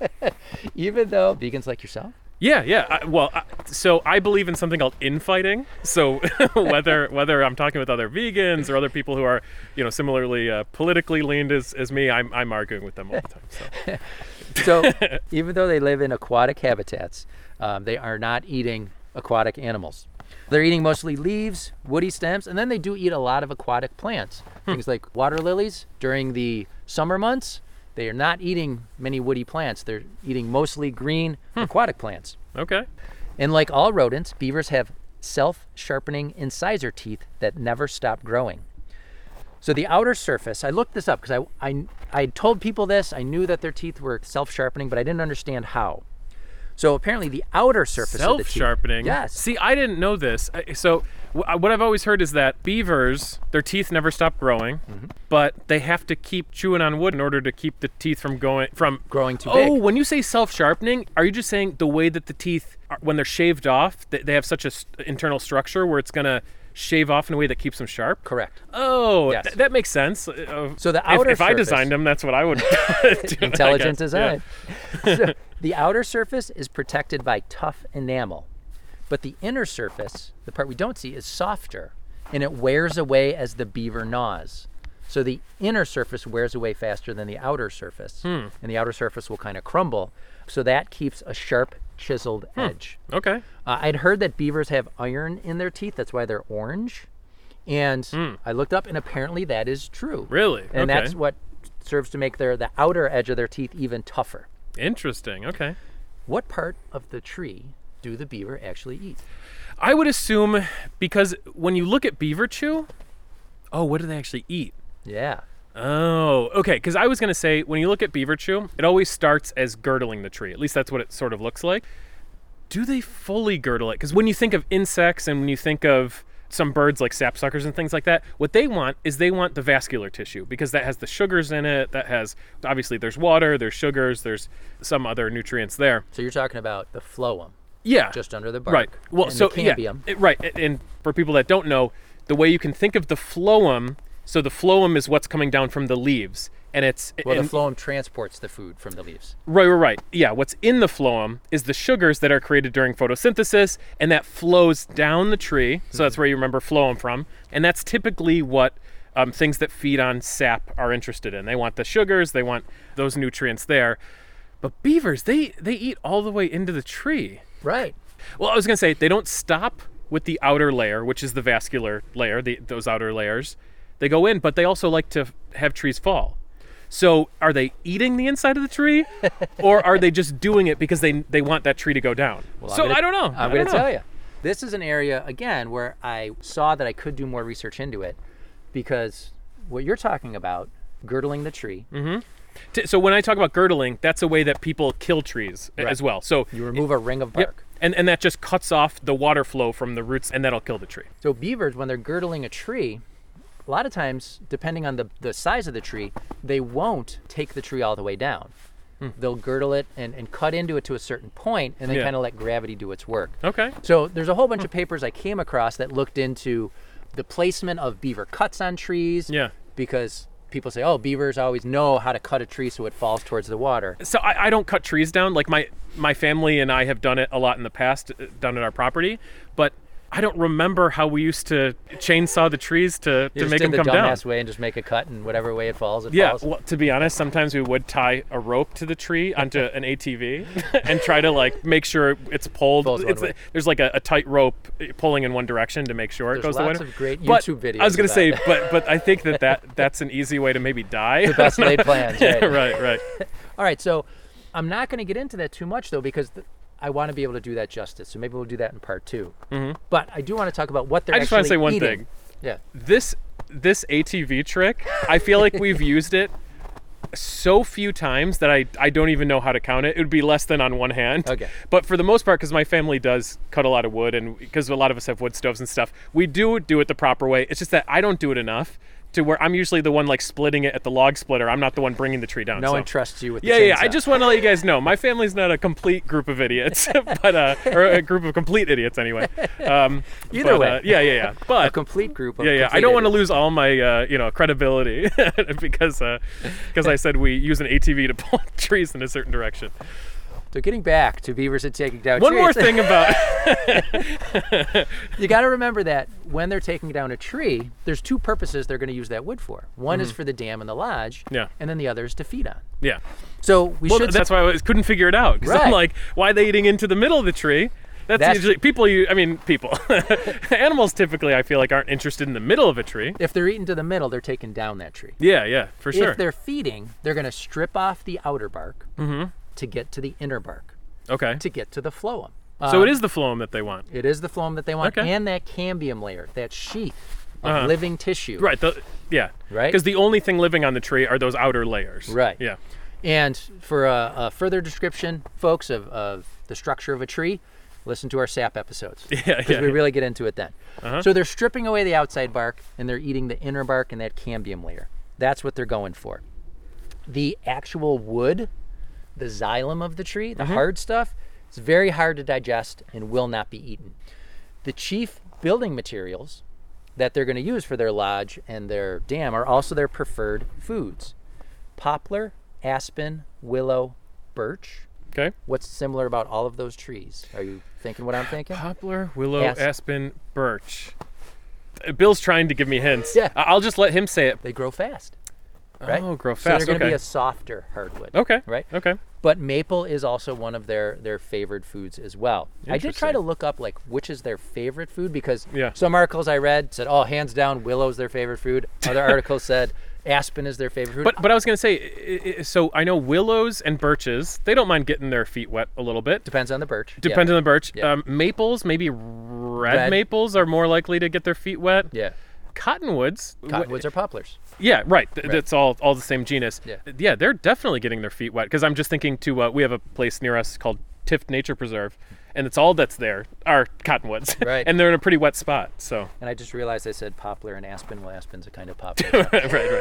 even though vegans like yourself, Yeah, yeah. I, well, I, so I believe in something called infighting. So whether whether I'm talking with other vegans or other people who are, you know, similarly uh, politically leaned as, as me, I'm, I'm arguing with them all the time. So. so even though they live in aquatic habitats, um, they are not eating aquatic animals. They're eating mostly leaves, woody stems, and then they do eat a lot of aquatic plants. Things like water lilies during the summer months. They are not eating many woody plants. They're eating mostly green aquatic plants. Okay. And like all rodents, beavers have self sharpening incisor teeth that never stop growing. So the outer surface, I looked this up because I, I, I told people this. I knew that their teeth were self sharpening, but I didn't understand how. So apparently, the outer surface of the Self teeth. sharpening. Yes. See, I didn't know this. I- So wh- I- what I've always heard is that beavers, their teeth never stop growing, Mm-hmm. but they have to keep chewing on wood in order to keep the teeth from going from Growing too Oh, big. when you say self-sharpening, are you just saying the way that the teeth, are, when they're shaved off, they, they have such a s- internal structure where it's gonna shave off in a way that keeps them sharp? Correct. Oh, Yes. th- that makes sense. Uh, So the if- outer If, I surface- designed them, that's what I would. do, I guess. Intelligent Yeah. design. so the outer surface is protected by tough enamel, but the inner surface, the part we don't see, is softer and it wears away as the beaver gnaws. So the inner surface wears away faster than the outer surface, Hmm. and the outer surface will kind of crumble. So that keeps a sharp, chiseled Hmm. edge. Okay. Uh, I'd heard that beavers have iron in their teeth. That's why they're orange. And I looked up, and apparently that is true. Hmm. Really? And Okay. that's what serves to make their the outer edge of their teeth even tougher. Interesting. Okay. What part of the tree do the beaver actually eat? I would assume because when you look at beaver chew, oh, what do they actually eat? Yeah. Oh, okay. Because I was gonna say when you look at beaver chew, it always starts as girdling the tree. At least that's what it sort of looks like. Do they fully girdle it? Because when you think of insects and when you think of some birds like sapsuckers and things like that, what they want is they want the vascular tissue because that has the sugars in it. That has obviously there's water, there's sugars, there's some other nutrients there. So you're talking about the phloem, Yeah, just under the bark. Right. Well, and so the yeah, cambium. it- right, a- and for people that don't know, the way you can think of the phloem, so the phloem is what's coming down from the leaves. And it's Well, the and- phloem transports the food from the leaves. Right, right, right. Yeah, what's in the phloem is the sugars that are created during photosynthesis, and that flows down the tree. So Hmm. that's where you remember phloem from. And that's typically what um, things that feed on sap are interested in. They want the sugars, they want those nutrients there. But beavers, they, they eat all the way into the tree. Right. Well, I was going to say they don't stop with the outer layer, which is the vascular layer, the, those outer layers. They go in, but they also like to have trees fall. So, are they eating the inside of the tree, or are they just doing it because they they want that tree to go down? Well, I'm so gonna- I don't know. I'm I going don't to know. tell you. This is an area again where I saw that I could do more research into it because what you're talking about, girdling the tree, Mm-hmm. T- So when I talk about girdling, that's a way that people kill trees a- as well. So you remove a ring of bark. yep. and and that just cuts off the water flow from the roots, and that'll kill the tree. So beavers, when they're girdling a tree, a lot of times, depending on the, the size of the tree, they won't take the tree all the way down. They'll girdle it and, and cut into it to a certain point, and they Hmm. Yeah. kind of let gravity do its work. Okay. So there's a whole bunch of papers I came across that looked into the placement of beaver cuts on trees. Yeah. Because people say, oh, beavers always know how to cut a tree so it falls towards the water. so I, I don't cut trees down. Like my my family and I have done it a lot in the past, uh, done at our property, but I don't remember how we used to chainsaw the trees to, You to just make did them the come down. dumbass way and just make a cut, and whatever way it falls, it Yeah, falls. well, to be honest, sometimes we would tie a rope to the tree onto an ATV and try to like make sure it's pulled. Falls one It's- way. there's like a, a tight rope eh, pulling in one direction to make sure it There's goes the way. lots of great But YouTube I was videos gonna about say, that. but but I think that, that that's an easy way to maybe die. Best laid plans. right? right, right. All right, so I'm not going to get into that too much though because th- I want to be able to do that justice. So maybe we'll do that in part 2 Mm-hmm. But I do want to talk about what they're. I just wanna actually say one eating. thing. Yeah, this this ATV trick, I feel like we've used it so few times that I, I don't even know how to count it. It would be less than on one hand. Okay. But for the most part, because my family does cut a lot of wood and because a lot of us have wood stoves and stuff, we do do it the proper way. It's just that I don't do it enough to where I'm usually the one like splitting it at the log splitter. I'm not the one bringing the tree down. no so. one trusts you with. Yeah, the yeah. I chainsaw. just want to let you guys know my family's not a complete group of idiots, but uh, or a group of complete idiots anyway. Um, Either but, way. uh, yeah, yeah, yeah. But a complete group. Of yeah, yeah. I don't want to complete lose all my, uh, you know, credibility because uh, because I said we use an ATV to pull trees in a certain direction. idiots. So getting back to beavers and taking down One trees. more thing about you got to remember that when they're taking down a tree, there's two purposes they're going to use that wood for. One is for the dam and the lodge. Mm-hmm. Yeah. And then the other is to feed on. yeah. So we Well, should. that's why I was, couldn't figure it out because I'm Right. like, why are they eating into the middle of the tree? That's, That's- usually people. You, I mean, people, animals typically I feel like aren't interested in the middle of a tree. if they're eating to the middle, they're taking down that tree. Yeah, yeah, for sure. If they're feeding, they're going to strip off the outer bark Mm-hmm. to get to the inner bark Okay. to get to the phloem. so Um, it is the phloem that they want. it is the phloem that they want, Okay. and that cambium layer, that sheath of Uh-huh. living tissue. Right. The, yeah. Right? Because the only thing living on the tree are those outer layers. Right. Yeah. And for a, a further description, folks, of, of the structure of a tree, listen to our sap episodes. Yeah. Because Yeah. Uh-huh. we really get into it then. So they're stripping away the outside bark and they're eating the inner bark and that cambium layer. That's what they're going for. The actual wood, the xylem of the tree, Mm-hmm. the hard stuff, it's very hard to digest and will not be eaten. The chief building materials that they're going to use for their lodge and their dam are also their preferred foods poplar, aspen, willow, birch. Okay. What's similar about all of those trees? Are you thinking what I'm thinking? Poplar, willow, Yes. aspen, birch. Uh, Bill's trying to give me hints. Yeah. I- I'll just let him say it. They grow fast. Right? Oh, grow So they're fast. going to okay. be a softer hardwood. okay. right? Okay. But maple is also one of their their favorite foods as well. I did try Interesting. to look up like which is their favorite food because Yeah. some articles I read said, "Oh, hands down, willow's their favorite food." Other articles said aspen is their favorite food. But but I was gonna say, i- i- so I know willows and birches. They don't mind getting their feet wet a little bit. depends on the birch. Yeah. Depends on the birch. Yeah. Um, maples, maybe red, Red. maples are more likely to get their feet wet. Yeah. Cottonwoods. wh- Cottonwoods or poplars. Yeah, right. Th- That's all all the same genus. Yeah. yeah they're definitely getting their feet wet because I'm just thinking to uh, we have a place near us called Tift Nature Preserve, and it's all that's there are cottonwoods. Right. and they're in a pretty wet spot. So And I just realized I said poplar and aspen. Well, aspen's a kind of poplar. right, right.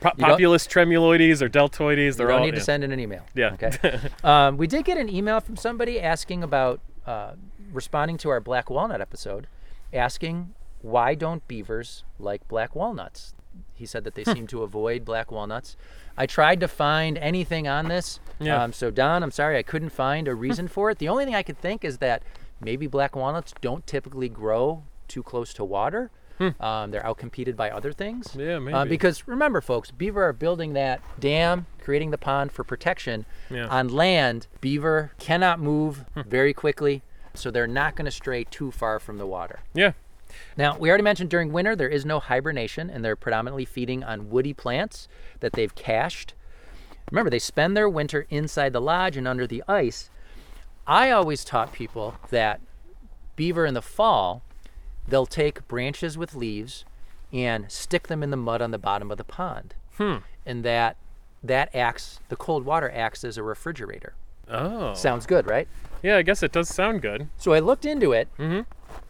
Po- don't- populous tremuloides or deltoides. They're you don't all. need yeah. to send in an email. Yeah. Okay. um, we did get an email from somebody asking about uh, responding to our black walnut episode asking why don't beavers like black walnuts? He said that they seem to avoid black walnuts. I tried to find anything on this. Yeah. Um, so, Don, I'm sorry, I couldn't find a reason for it. The only thing I could think is that maybe black walnuts don't typically grow too close to water. Um, they're outcompeted by other things. Hmm. Yeah, Uh, maybe. because remember, folks, beaver are building that dam, creating the pond for protection. Yeah. On land, beaver cannot move very quickly, so they're not going to stray too far from the water. Yeah. Now, we already mentioned during winter there is no hibernation, and they're predominantly feeding on woody plants that they've cached. Remember, they spend their winter inside the lodge and under the ice. I always taught people that beaver in the fall, they'll take branches with leaves and stick them in the mud on the bottom of the pond. And that that acts the cold water acts as a refrigerator. Oh. Sounds good, right? Yeah, I guess it does sound good. So I looked into it,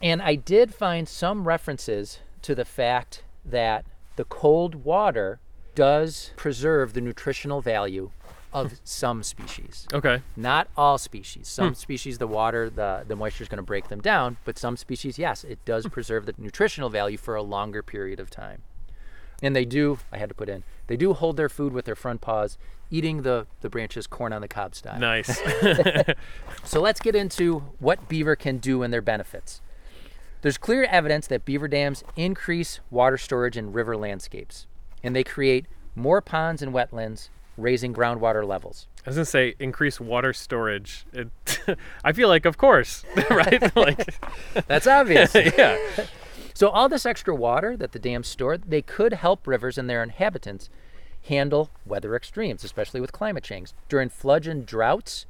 and I did find some references to the fact that the cold water does preserve the nutritional value of some species. Okay. Not all species. Some species, the water, the, the moisture is going to break them down, but some species, yes, it does preserve the nutritional value for a longer period of time. And they do, I had to put in, they do hold their food with their front paws, eating the, the branches corn on the cob style. Nice. So let's get into what beaver can do and their benefits. There's clear evidence that beaver dams increase water storage in river landscapes, and they create more ponds and wetlands, raising groundwater levels. I was gonna say increase water storage. It, I feel like, of course, right? like, That's obvious. yeah, so, all this extra water that the dams store, they could help rivers and their inhabitants handle weather extremes, especially with climate change. During floods and droughts,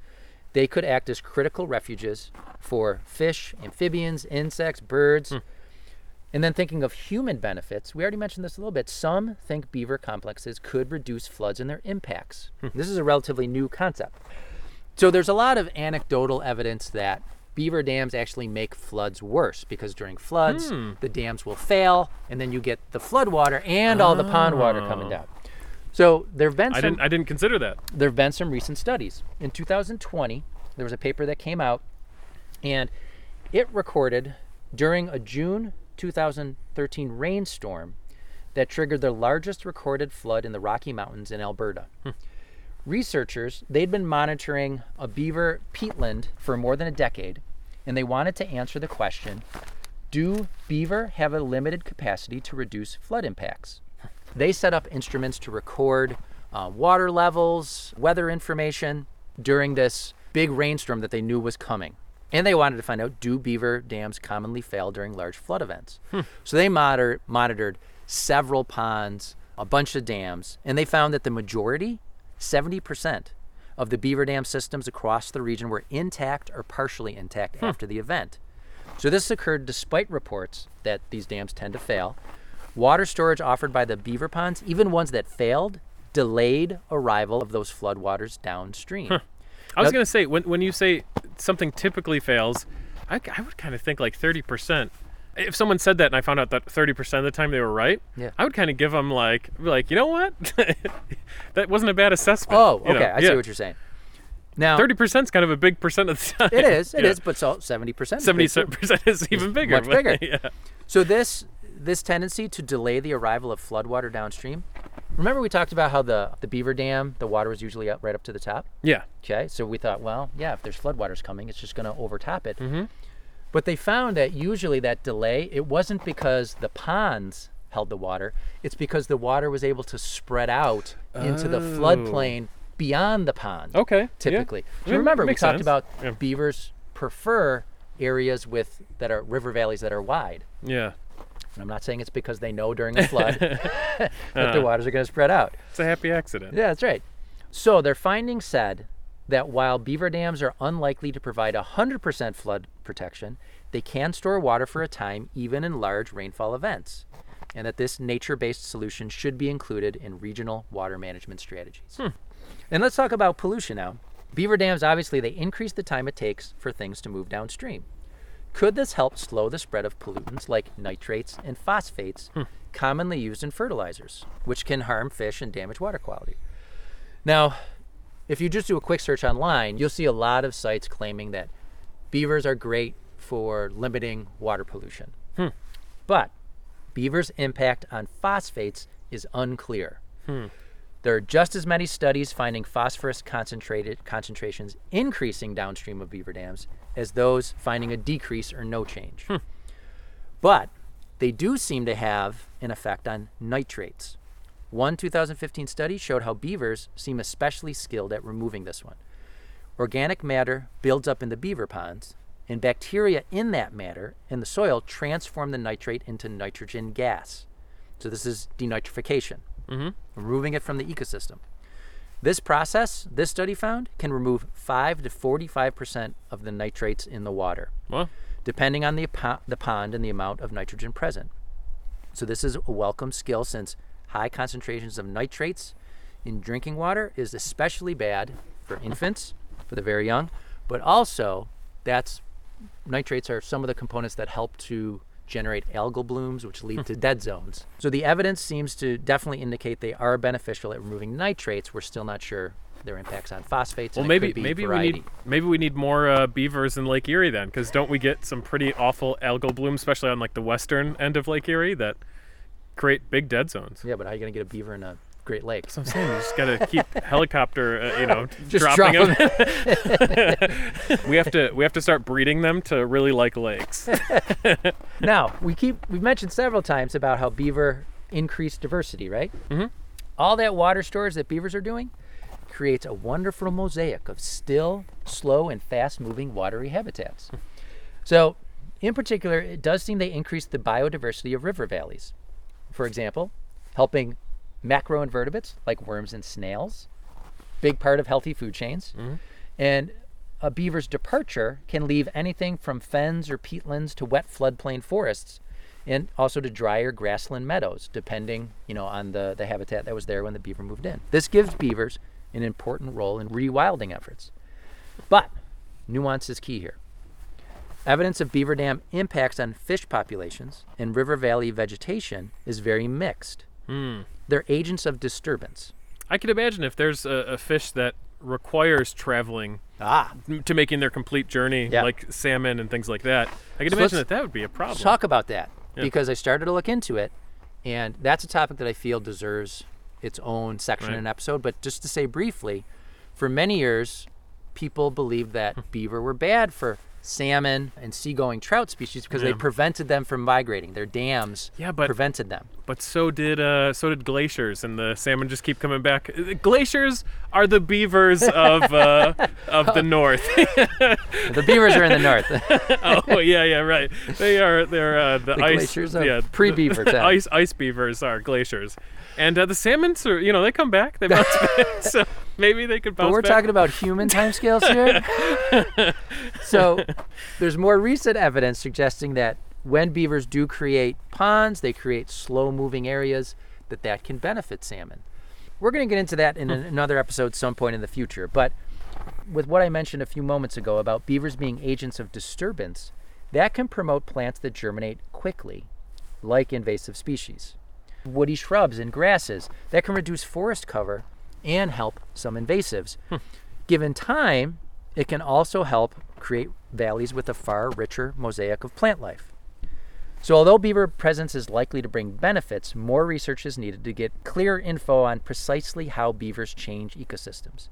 they could act as critical refuges for fish, amphibians, insects, birds. And then thinking of human benefits, we already mentioned this a little bit. Some think beaver complexes could reduce floods and their impacts. Hmm. this is a relatively new concept. So there's a lot of anecdotal evidence that beaver dams actually make floods worse because during floods, Hmm. the dams will fail and then you get the flood water and all the pond water coming down. So there have been Oh. I some didn't. I didn't consider that. there have been some recent studies. In 2020, there was a paper that came out, and it recorded during a June 2013 rainstorm that triggered the largest recorded flood in the Rocky Mountains in Alberta. Researchers, they'd been monitoring a beaver peatland for more than a decade, and they wanted to answer the question do beaver have a limited capacity to reduce flood impacts? They set up instruments to record uh, water levels, weather information during this big rainstorm that they knew was coming. And they wanted to find out do beaver dams commonly fail during large flood events? So they moder- monitored several ponds, a bunch of dams, and they found that the majority, 70%, of the beaver dam systems across the region were intact or partially intact after the event. So this occurred despite reports that these dams tend to fail. Water storage offered by the beaver ponds, even ones that failed, delayed arrival of those floodwaters downstream. I was Now- gonna say when when you say something typically fails, I, I would kind of think like thirty percent. If someone said that and I found out that thirty percent of the time they were right, Yeah. I would kind of give them like be like, you know what, that wasn't a bad assessment. Oh, okay. I see what you're saying. Now, Thirty percent's kind of a big percent of the time. it is, it is, Yeah. but so 70%. is big, too. Seventy-seven percent is even bigger. much but- bigger. yeah. So this this tendency to delay the arrival of floodwater downstream. Remember we talked about how the the beaver dam, the water was usually up right up to the top. Yeah. Okay, so we thought, well, yeah, if there's floodwaters coming, it's just going to overtop it. Mm-hmm. But they found that usually that delay, it wasn't because the ponds held the water, it's because the water was able to spread out into the floodplain beyond the pond. Oh. Okay. yeah. Typically, so Yeah, remember we makes talked sense. about Yeah. beavers prefer areas with that are river valleys that are wide. Yeah. And I'm not saying it's because they know during a flood that Uh. the waters are going to spread out. It's a happy accident. Yeah, that's right. So their findings said that while beaver dams are unlikely to provide 100% flood protection, they can store water for a time even in large rainfall events, and that this nature-based solution should be included in regional water management strategies. And let's talk about pollution now. Beaver dams obviously they increase the time it takes for things to move downstream. Could this help slow the spread of pollutants like nitrates and phosphates commonly used in fertilizers, which can harm fish and damage water quality? Now, if you just do a quick search online, you'll see a lot of sites claiming that beavers are great for limiting water pollution. But beavers' impact on phosphates is unclear. There are just as many studies finding phosphorus concentrated concentrations increasing downstream of beaver dams as those finding a decrease or no change. But they do seem to have an effect on nitrates. One 2015 study showed how beavers seem especially skilled at removing this one. Organic matter builds up in the beaver ponds, and bacteria in that matter in the soil transform the nitrate into nitrogen gas. So, this is denitrification, removing it from the ecosystem. This process, this study found, can remove 5 to 45% of the nitrates in the water Well, depending on the, po- the pond and the amount of nitrogen present. So, this is a welcome skill since high concentrations of nitrates in drinking water is especially bad for infants, for the very young, but also that's nitrates are some of the components that help to generate algal blooms, which lead to dead zones. So, the evidence seems to definitely indicate they are beneficial at removing nitrates. We're still not sure their impacts on phosphates. well, and it maybe could be maybe variety. we need maybe we need more uh, beavers in Lake Erie then, because don't we get some pretty awful algal blooms, especially on like the western end of Lake Erie, that create big dead zones. Yeah, but how are you going to get a beaver in a Great Lake? That's what I'm saying. You just gotta keep helicopter, uh, you know, Just dropping drop them. we have to we have to start breeding them to really like lakes. now we keep we've mentioned several times about how beaver increased diversity right mm-hmm. all that water storage that beavers are doing creates a wonderful mosaic of still slow and fast moving watery habitats so in particular it does seem they increase the biodiversity of river valleys for example helping macroinvertebrates like worms and snails big part of healthy food chains and a beaver's departure can leave anything from fens or peatlands to wet floodplain forests and also to drier grassland meadows, depending, you know, on the, the habitat that was there when the beaver moved in. This gives beavers an important role in rewilding efforts. But nuance is key here. Evidence of beaver dam impacts on fish populations and river valley vegetation is very mixed. They're agents of disturbance. I could imagine if there's a, a fish that requires traveling Ah, m- to making their complete journey, Yeah. like salmon and things like that. I could So imagine let's- that that would be a problem. talk about that because I started to look into it, and that's a topic that I feel deserves its own section Right. and episode. But just to say briefly, for many years, people believed that beaver were bad for salmon and seagoing trout species because they Yeah. prevented them from migrating. Their dams Yeah, but- prevented them. But so did uh, so did glaciers, and the salmon just keep coming back. Uh, Glaciers are the beavers of uh, of the north. The beavers are in the north. oh yeah, yeah, right. They are they're uh, the, The ice glaciers are yeah, pre-beaver the time. ice ice beavers are glaciers, and uh, the salmon's are you know they come back they bounce back. So maybe they could bounce but we're back. talking about human timescales here. so there's more recent evidence suggesting that when beavers do create ponds, they create slow-moving areas that that can benefit salmon. We're going to get into that in an- Hmm. another episode some point in the future, but with what I mentioned a few moments ago about beavers being agents of disturbance, that can promote plants that germinate quickly, like invasive species. Woody shrubs and grasses that can reduce forest cover and help some invasives. Given time, it can also help create valleys with a far richer mosaic of plant life. So, although beaver presence is likely to bring benefits, more research is needed to get clear info on precisely how beavers change ecosystems.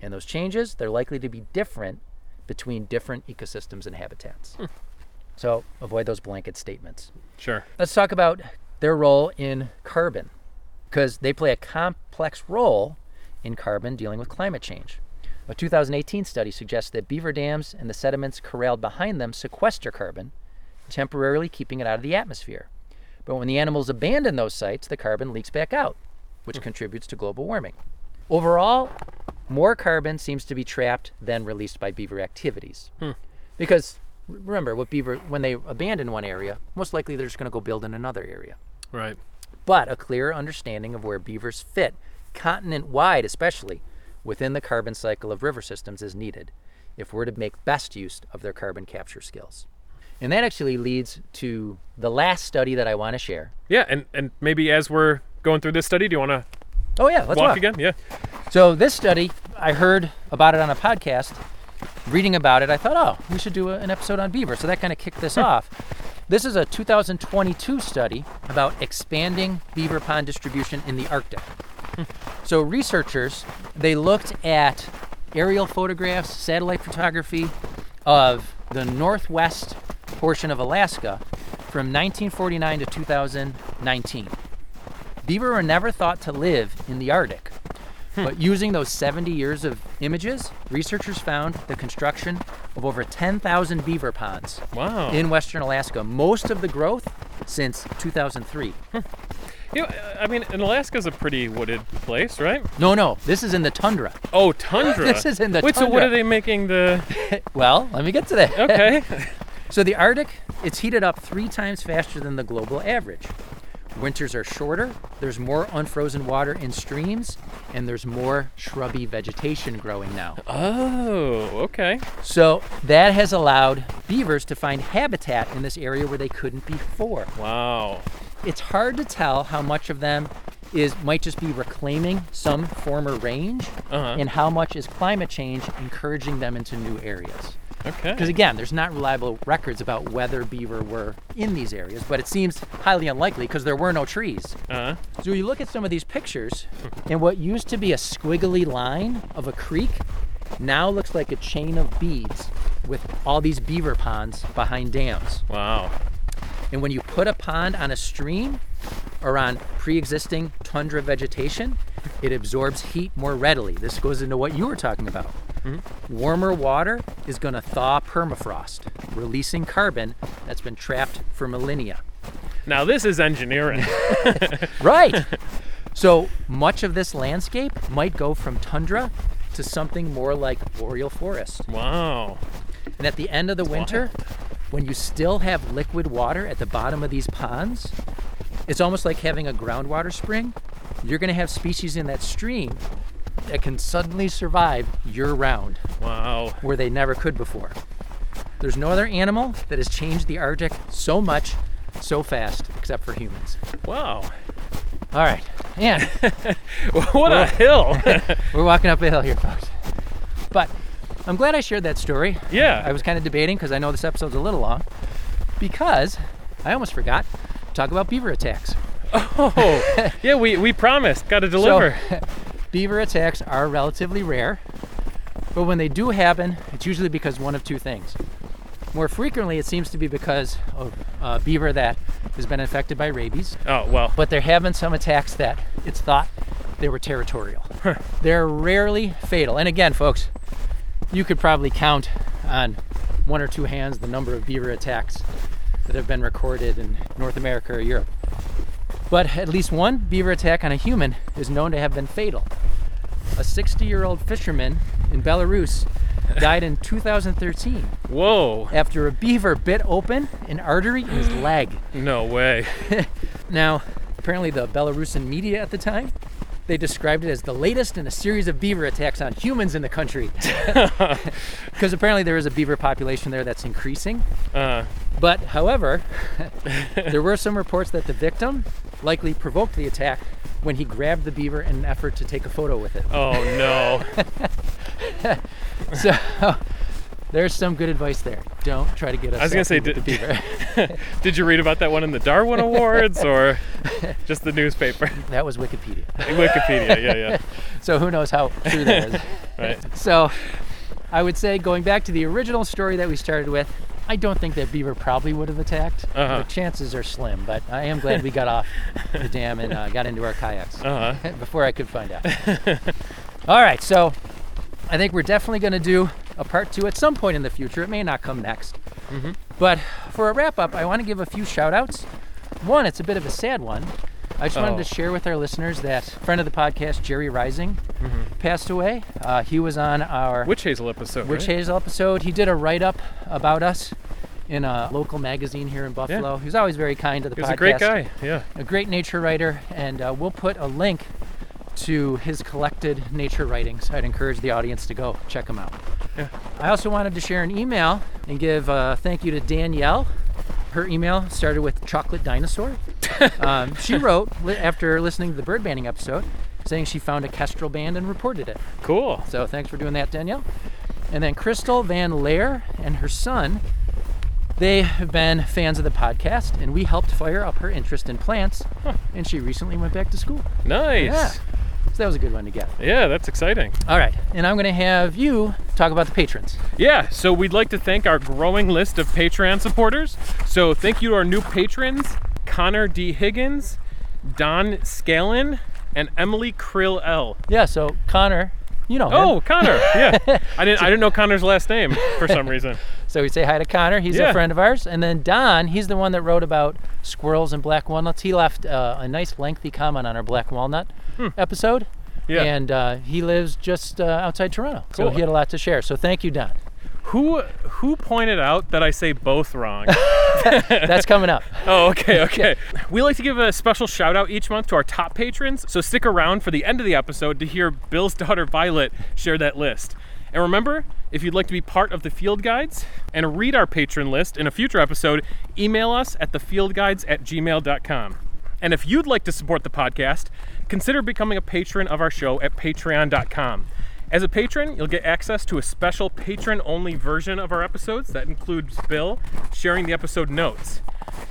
And those changes, they're likely to be different between different ecosystems and habitats. So, avoid those blanket statements. sure. Let's talk about their role in carbon because they play a complex role in carbon dealing with climate change. A 2018 study suggests that beaver dams and the sediments corralled behind them sequester carbon, temporarily keeping it out of the atmosphere. But when the animals abandon those sites, the carbon leaks back out, which contributes to global warming. Overall, more carbon seems to be trapped than released by beaver activities. Because r- remember, what beaver when they abandon one area, most likely they're just going to go build in another area Right. but a clearer understanding of where beavers fit, continent wide especially, within the carbon cycle of river systems is needed if we're to make best use of their carbon capture skills. And that actually leads to the last study that I want to share. Yeah, and and maybe as we're going through this study, do you want to Oh, yeah, let's walk walk. again? Yeah. So, this study, I heard about it on a podcast, reading about it, I thought, oh, we should do a, an episode on beaver. So that kind of kicked this off. This is a 2022 study about expanding beaver pond distribution in the Arctic. so researchers they looked at aerial photographs, satellite photography of the northwest portion of Alaska from 1949 to 2019. Beaver were never thought to live in the Arctic. But using those 70 years of images, researchers found the construction of over 10,000 beaver ponds Wow. in western Alaska, most of the growth since 2003. You know, I mean, and Alaska's a pretty wooded place, right? No, no, this is in the tundra. Oh, tundra. This is in the Wait, so what tundra. are they making the? Well, let me get to that. Okay. So the Arctic, it's heated up three times faster than the global average. Winters are shorter, there's more unfrozen water in streams, and there's more shrubby vegetation growing now. oh, okay. So that has allowed beavers to find habitat in this area where they couldn't before. Wow. It's hard to tell how much of them is might just be reclaiming some former range Uh-huh. and how much is climate change encouraging them into new areas. Because Okay. again, there's not reliable records about whether beaver were in these areas, but it seems highly unlikely because there were no trees. Uh, So you look at some of these pictures, and what used to be a squiggly line of a creek now looks like a chain of beads with all these beaver ponds behind dams. wow. And when you put a pond on a stream or on pre existing tundra vegetation, it absorbs heat more readily. This goes into what you were talking about. Warmer water is going to thaw permafrost, releasing carbon that's been trapped for millennia. Now this is engineering. Right. so much of this landscape might go from tundra to something more like boreal forest. wow. And at the end of the winter, when you still have liquid water at the bottom of these ponds, it's almost like having a groundwater spring. You're going to have species in that stream that can suddenly survive year round Wow. where they never could before. There's no other animal that has changed the Arctic so much, so fast, except for humans. Wow. All right. And What a hill. We're walking up a hill here, folks. But I'm glad I shared that story. yeah. I was kind of debating because I know this episode's a little long because I almost forgot to talk about beaver attacks. Oh. yeah. We we promised. Got to deliver. So, beaver attacks are relatively rare, but when they do happen, it's usually because one of two things. More frequently, it seems to be because of a beaver that has been infected by rabies, oh well. but there have been some attacks that it's thought they were territorial. They're rarely fatal. And again, folks, you could probably count on one or two hands the number of beaver attacks that have been recorded in North America or Europe. But at least one beaver attack on a human is known to have been fatal. A 60 year old fisherman in Belarus died in 2013 Whoa. after a beaver bit open an artery in his leg. No way. Now, apparently, the Belarusian media at the time they described it as the latest in a series of beaver attacks on humans in the country, because apparently there is a beaver population there that's increasing. Uh, But, however, there were some reports that the victim likely provoked the attack when he grabbed the beaver in an effort to take a photo with it. oh no. So. There's some good advice there. Don't try to get us. I was gonna say, the did- beaver. Did you read about that one in the Darwin Awards or just the newspaper? that was Wikipedia. Wikipedia. Yeah. Yeah. So who knows how true that is. Right. So I would say, going back to the original story that we started with, I don't think that beaver probably would have attacked. Uh-huh. The chances are slim, but I am glad we got off the dam and uh, got into our kayaks Uh huh. before I could find out. All right, so I think we're definitely going to do a part two at some point in the future. It may not come next. Mm-hmm. But for a wrap up, I want to give a few shout outs. One, it's a bit of a sad one. I just wanted Oh. to share with our listeners that friend of the podcast, Jerry Rising, passed away. Uh, he was on our Witch Hazel episode. Witch Mm-hmm. right? Hazel episode. He did a write up about us in a local magazine here in Buffalo. He was always very kind to the He podcast was a great guy. Yeah. a great nature writer, and uh, we'll put a link to his collected nature writings. I'd encourage the audience to go check him out. Yeah. I also wanted to share an email and give a thank you to Danielle. Her email started with chocolate dinosaur. um, she wrote li- after listening to the bird banding episode, saying she found a kestrel band and reported it. Cool. So thanks for doing that, Danielle. And then Crystal Van Laer and her son, they have been fans of the podcast, and we helped fire up her interest in plants. And she recently went back to school. Nice. So that was a good one to get. Yeah. that's exciting. All right. And I'm going to have you talk about the patrons. Yeah, so we'd like to thank our growing list of Patreon supporters. So thank you to our new patrons Connor D. Higgins, Don Scalen, and Emily Krill L. Yeah. So, Connor, you know. him. Oh, Connor. Yeah. I didn't I didn't know Connor's last name for some reason. So we say hi to Connor. He's Yeah. a friend of ours. And then Don, he's the one that wrote about squirrels and black walnuts. He left uh, a nice lengthy comment on our black walnut episode. Hmm. Yeah. And uh, he lives just uh, outside Toronto. So Cool. he had a lot to share. So thank you, Don. Who who pointed out that I say both wrong? That's coming up. Oh, okay, okay. We like to give a special shout out each month to our top patrons, so stick around for the end of the episode to hear Bill's daughter Violet share that list. And remember, if you'd like to be part of the field guides and read our patron list in a future episode, email us at thefieldguides at gmail.com. And if you'd like to support the podcast, consider becoming a patron of our show at patreon.com. As a patron, you'll get access to a special patron only version of our episodes that includes Bill sharing the episode notes.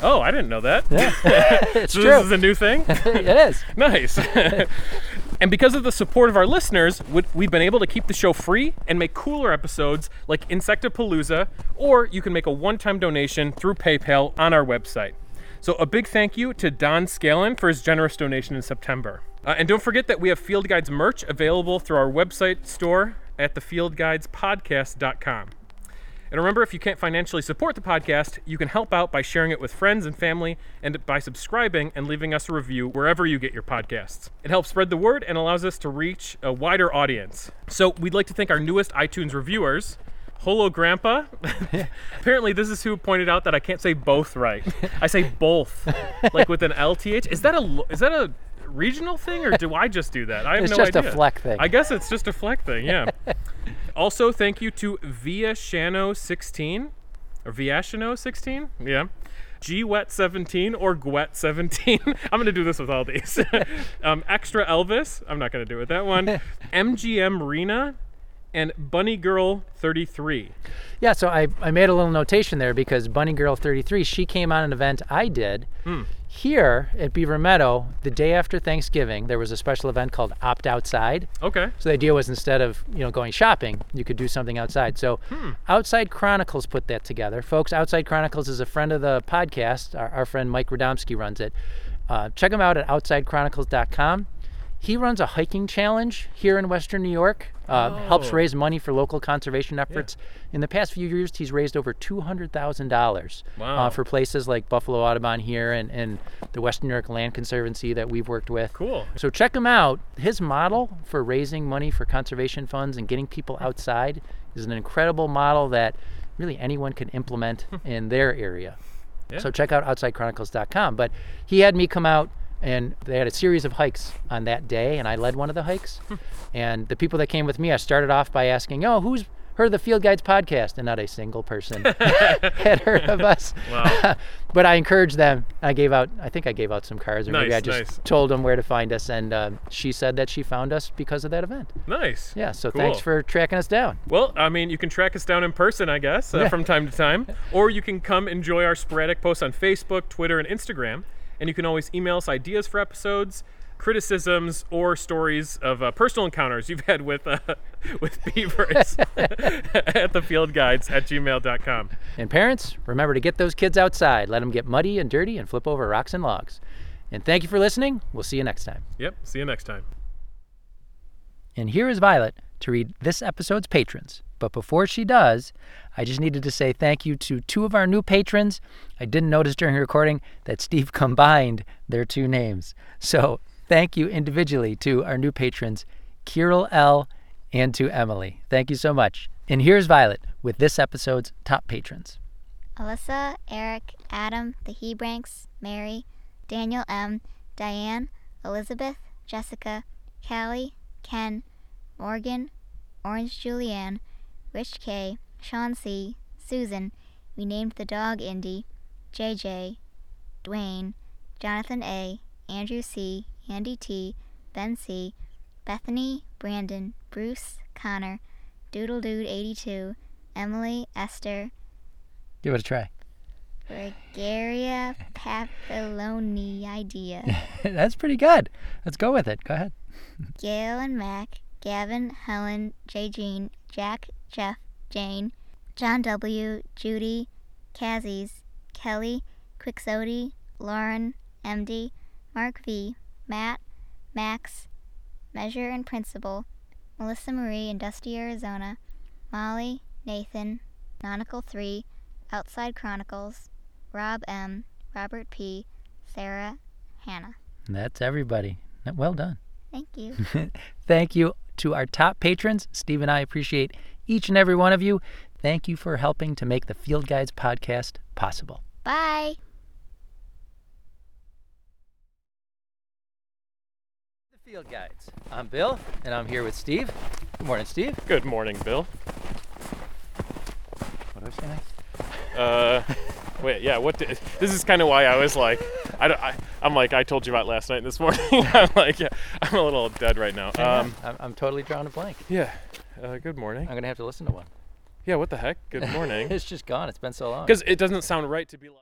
Oh, I didn't know that. It's So true. this is a new thing? it is. nice. and because of the support of our listeners, we- we've been able to keep the show free and make cooler episodes like Insectapalooza, or you can make a one time donation through PayPal on our website. So, a big thank you to Don Scalen for his generous donation in September. Uh, and don't forget that we have Field Guides merch available through our website store at thefieldguidespodcast.com. And remember, if you can't financially support the podcast, you can help out by sharing it with friends and family and by subscribing and leaving us a review wherever you get your podcasts. It helps spread the word and allows us to reach a wider audience. So we'd like to thank our newest iTunes reviewers. Holo Grandpa. Apparently, this is who pointed out that I can't say both right. I say both, like with an LTH. Is that a lo- is that a regional thing, or do I just do that? I have It's no just a idea. Fleck thing. I guess it's just a Fleck thing. Yeah. Also, thank you to Via Shano 16 or Viashano 16. Yeah. Gwet 17 or Gwet 17. I'm going to do this with all these. um, Extra Elvis. I'm not going to do it with that one. MGM Rena and Bunny Girl 33. Yeah, so I, I made a little notation there because Bunny Girl 33, she came on an event I did Hmm. here at Beaver Meadow the day after Thanksgiving. There was a special event called Opt Outside. Okay. So the idea was instead of you know going shopping, you could do something outside. So Hmm. Outside Chronicles put that together, folks. Outside Chronicles is a friend of the podcast. Our, our friend Mike Radomski runs it. Uh, check him out at outsidechronicles.com. He runs a hiking challenge here in Western New York. Uh, Helps Oh. raise money for local conservation efforts. In the past few years, he's raised over two hundred thousand dollars Wow. uh, for places like Buffalo Audubon here and, and the Western New York Land Conservancy that we've worked with. Cool. So check him out. His model for raising money for conservation funds and getting people outside is an incredible model that really anyone can implement in their area. Yeah. So check out outsidechronicles.com. But he had me come out and they had a series of hikes on that day and I led one of the hikes. Hmm. and the people that came with me, I started off by asking, "Oh, who's heard of the Field Guides podcast?" and not a single person had heard of us. Wow. but I encouraged them. I gave out I think I gave out some cards or maybe Nice, I just nice. told them where to find us, and um, she said that she found us because of that event. Nice. Yeah, so Cool. thanks for tracking us down. Well, I mean, you can track us down in person, I guess, uh, from time to time, or you can come enjoy our sporadic posts on Facebook, Twitter, and Instagram. And you can always email us ideas for episodes, criticisms, or stories of uh, personal encounters you've had with uh, with beavers at thefieldguides at gmail.com. And parents, remember to get those kids outside. Let them get muddy and dirty and flip over rocks and logs. And thank you for listening. We'll see you next time. Yep, see you next time. And here is Violet to read this episode's patrons. But before she does, I just needed to say thank you to two of our new patrons. I didn't notice during recording that Steve combined their two names. So thank you individually to our new patrons, Kirill L. and to Emily. Thank you so much. And here's Violet with this episode's top patrons. Alyssa, Eric, Adam, the Hebranks, Mary, Daniel M, Diane, Elizabeth, Jessica, Callie, Ken, Morgan, Orange Julianne, Rich K, Sean C, Susan, we named the dog Indy, JJ, Dwayne, Jonathan A, Andrew C, Andy T, Ben C, Bethany, Brandon, Bruce, Connor, Doodledood82, Emily, Esther, Give it a try. Gregaria Papilloniidea, That's pretty good. Let's go with it. Go ahead. Gail and Mac, Gavin, Helen, J. Jean, Jack, Jeff, Jane, John W., Judy, Kazis, Kelly, Quixote, Lauren, MD, Mark V, Matt, Max, Measure and Principal, Melissa Marie in Dusty, Arizona, Molly, Nathan, Nautical 3, Outside Chronicles, Rob M, Robert P, Sarah, Hannah. And that's everybody. Well done. Thank you. Thank you to our top patrons. Steve and I appreciate each and every one of you. Thank you for helping to make the Field Guides podcast possible. Bye. The Field Guides. I'm Bill, and I'm here with Steve. Good morning, Steve. Good morning, Bill. What do I say next? Uh, wait, yeah. What? Did, this is kind of why I was like, I don't. I, I'm like, I told you about last night and this morning. I'm like, yeah, I'm a little dead right now. Um, I'm, I'm totally drawing a blank. yeah. Uh, good morning. I'm gonna have to listen to one. Yeah. What the heck? Good morning. It's just gone. It's been so long. Because it doesn't sound right to be like.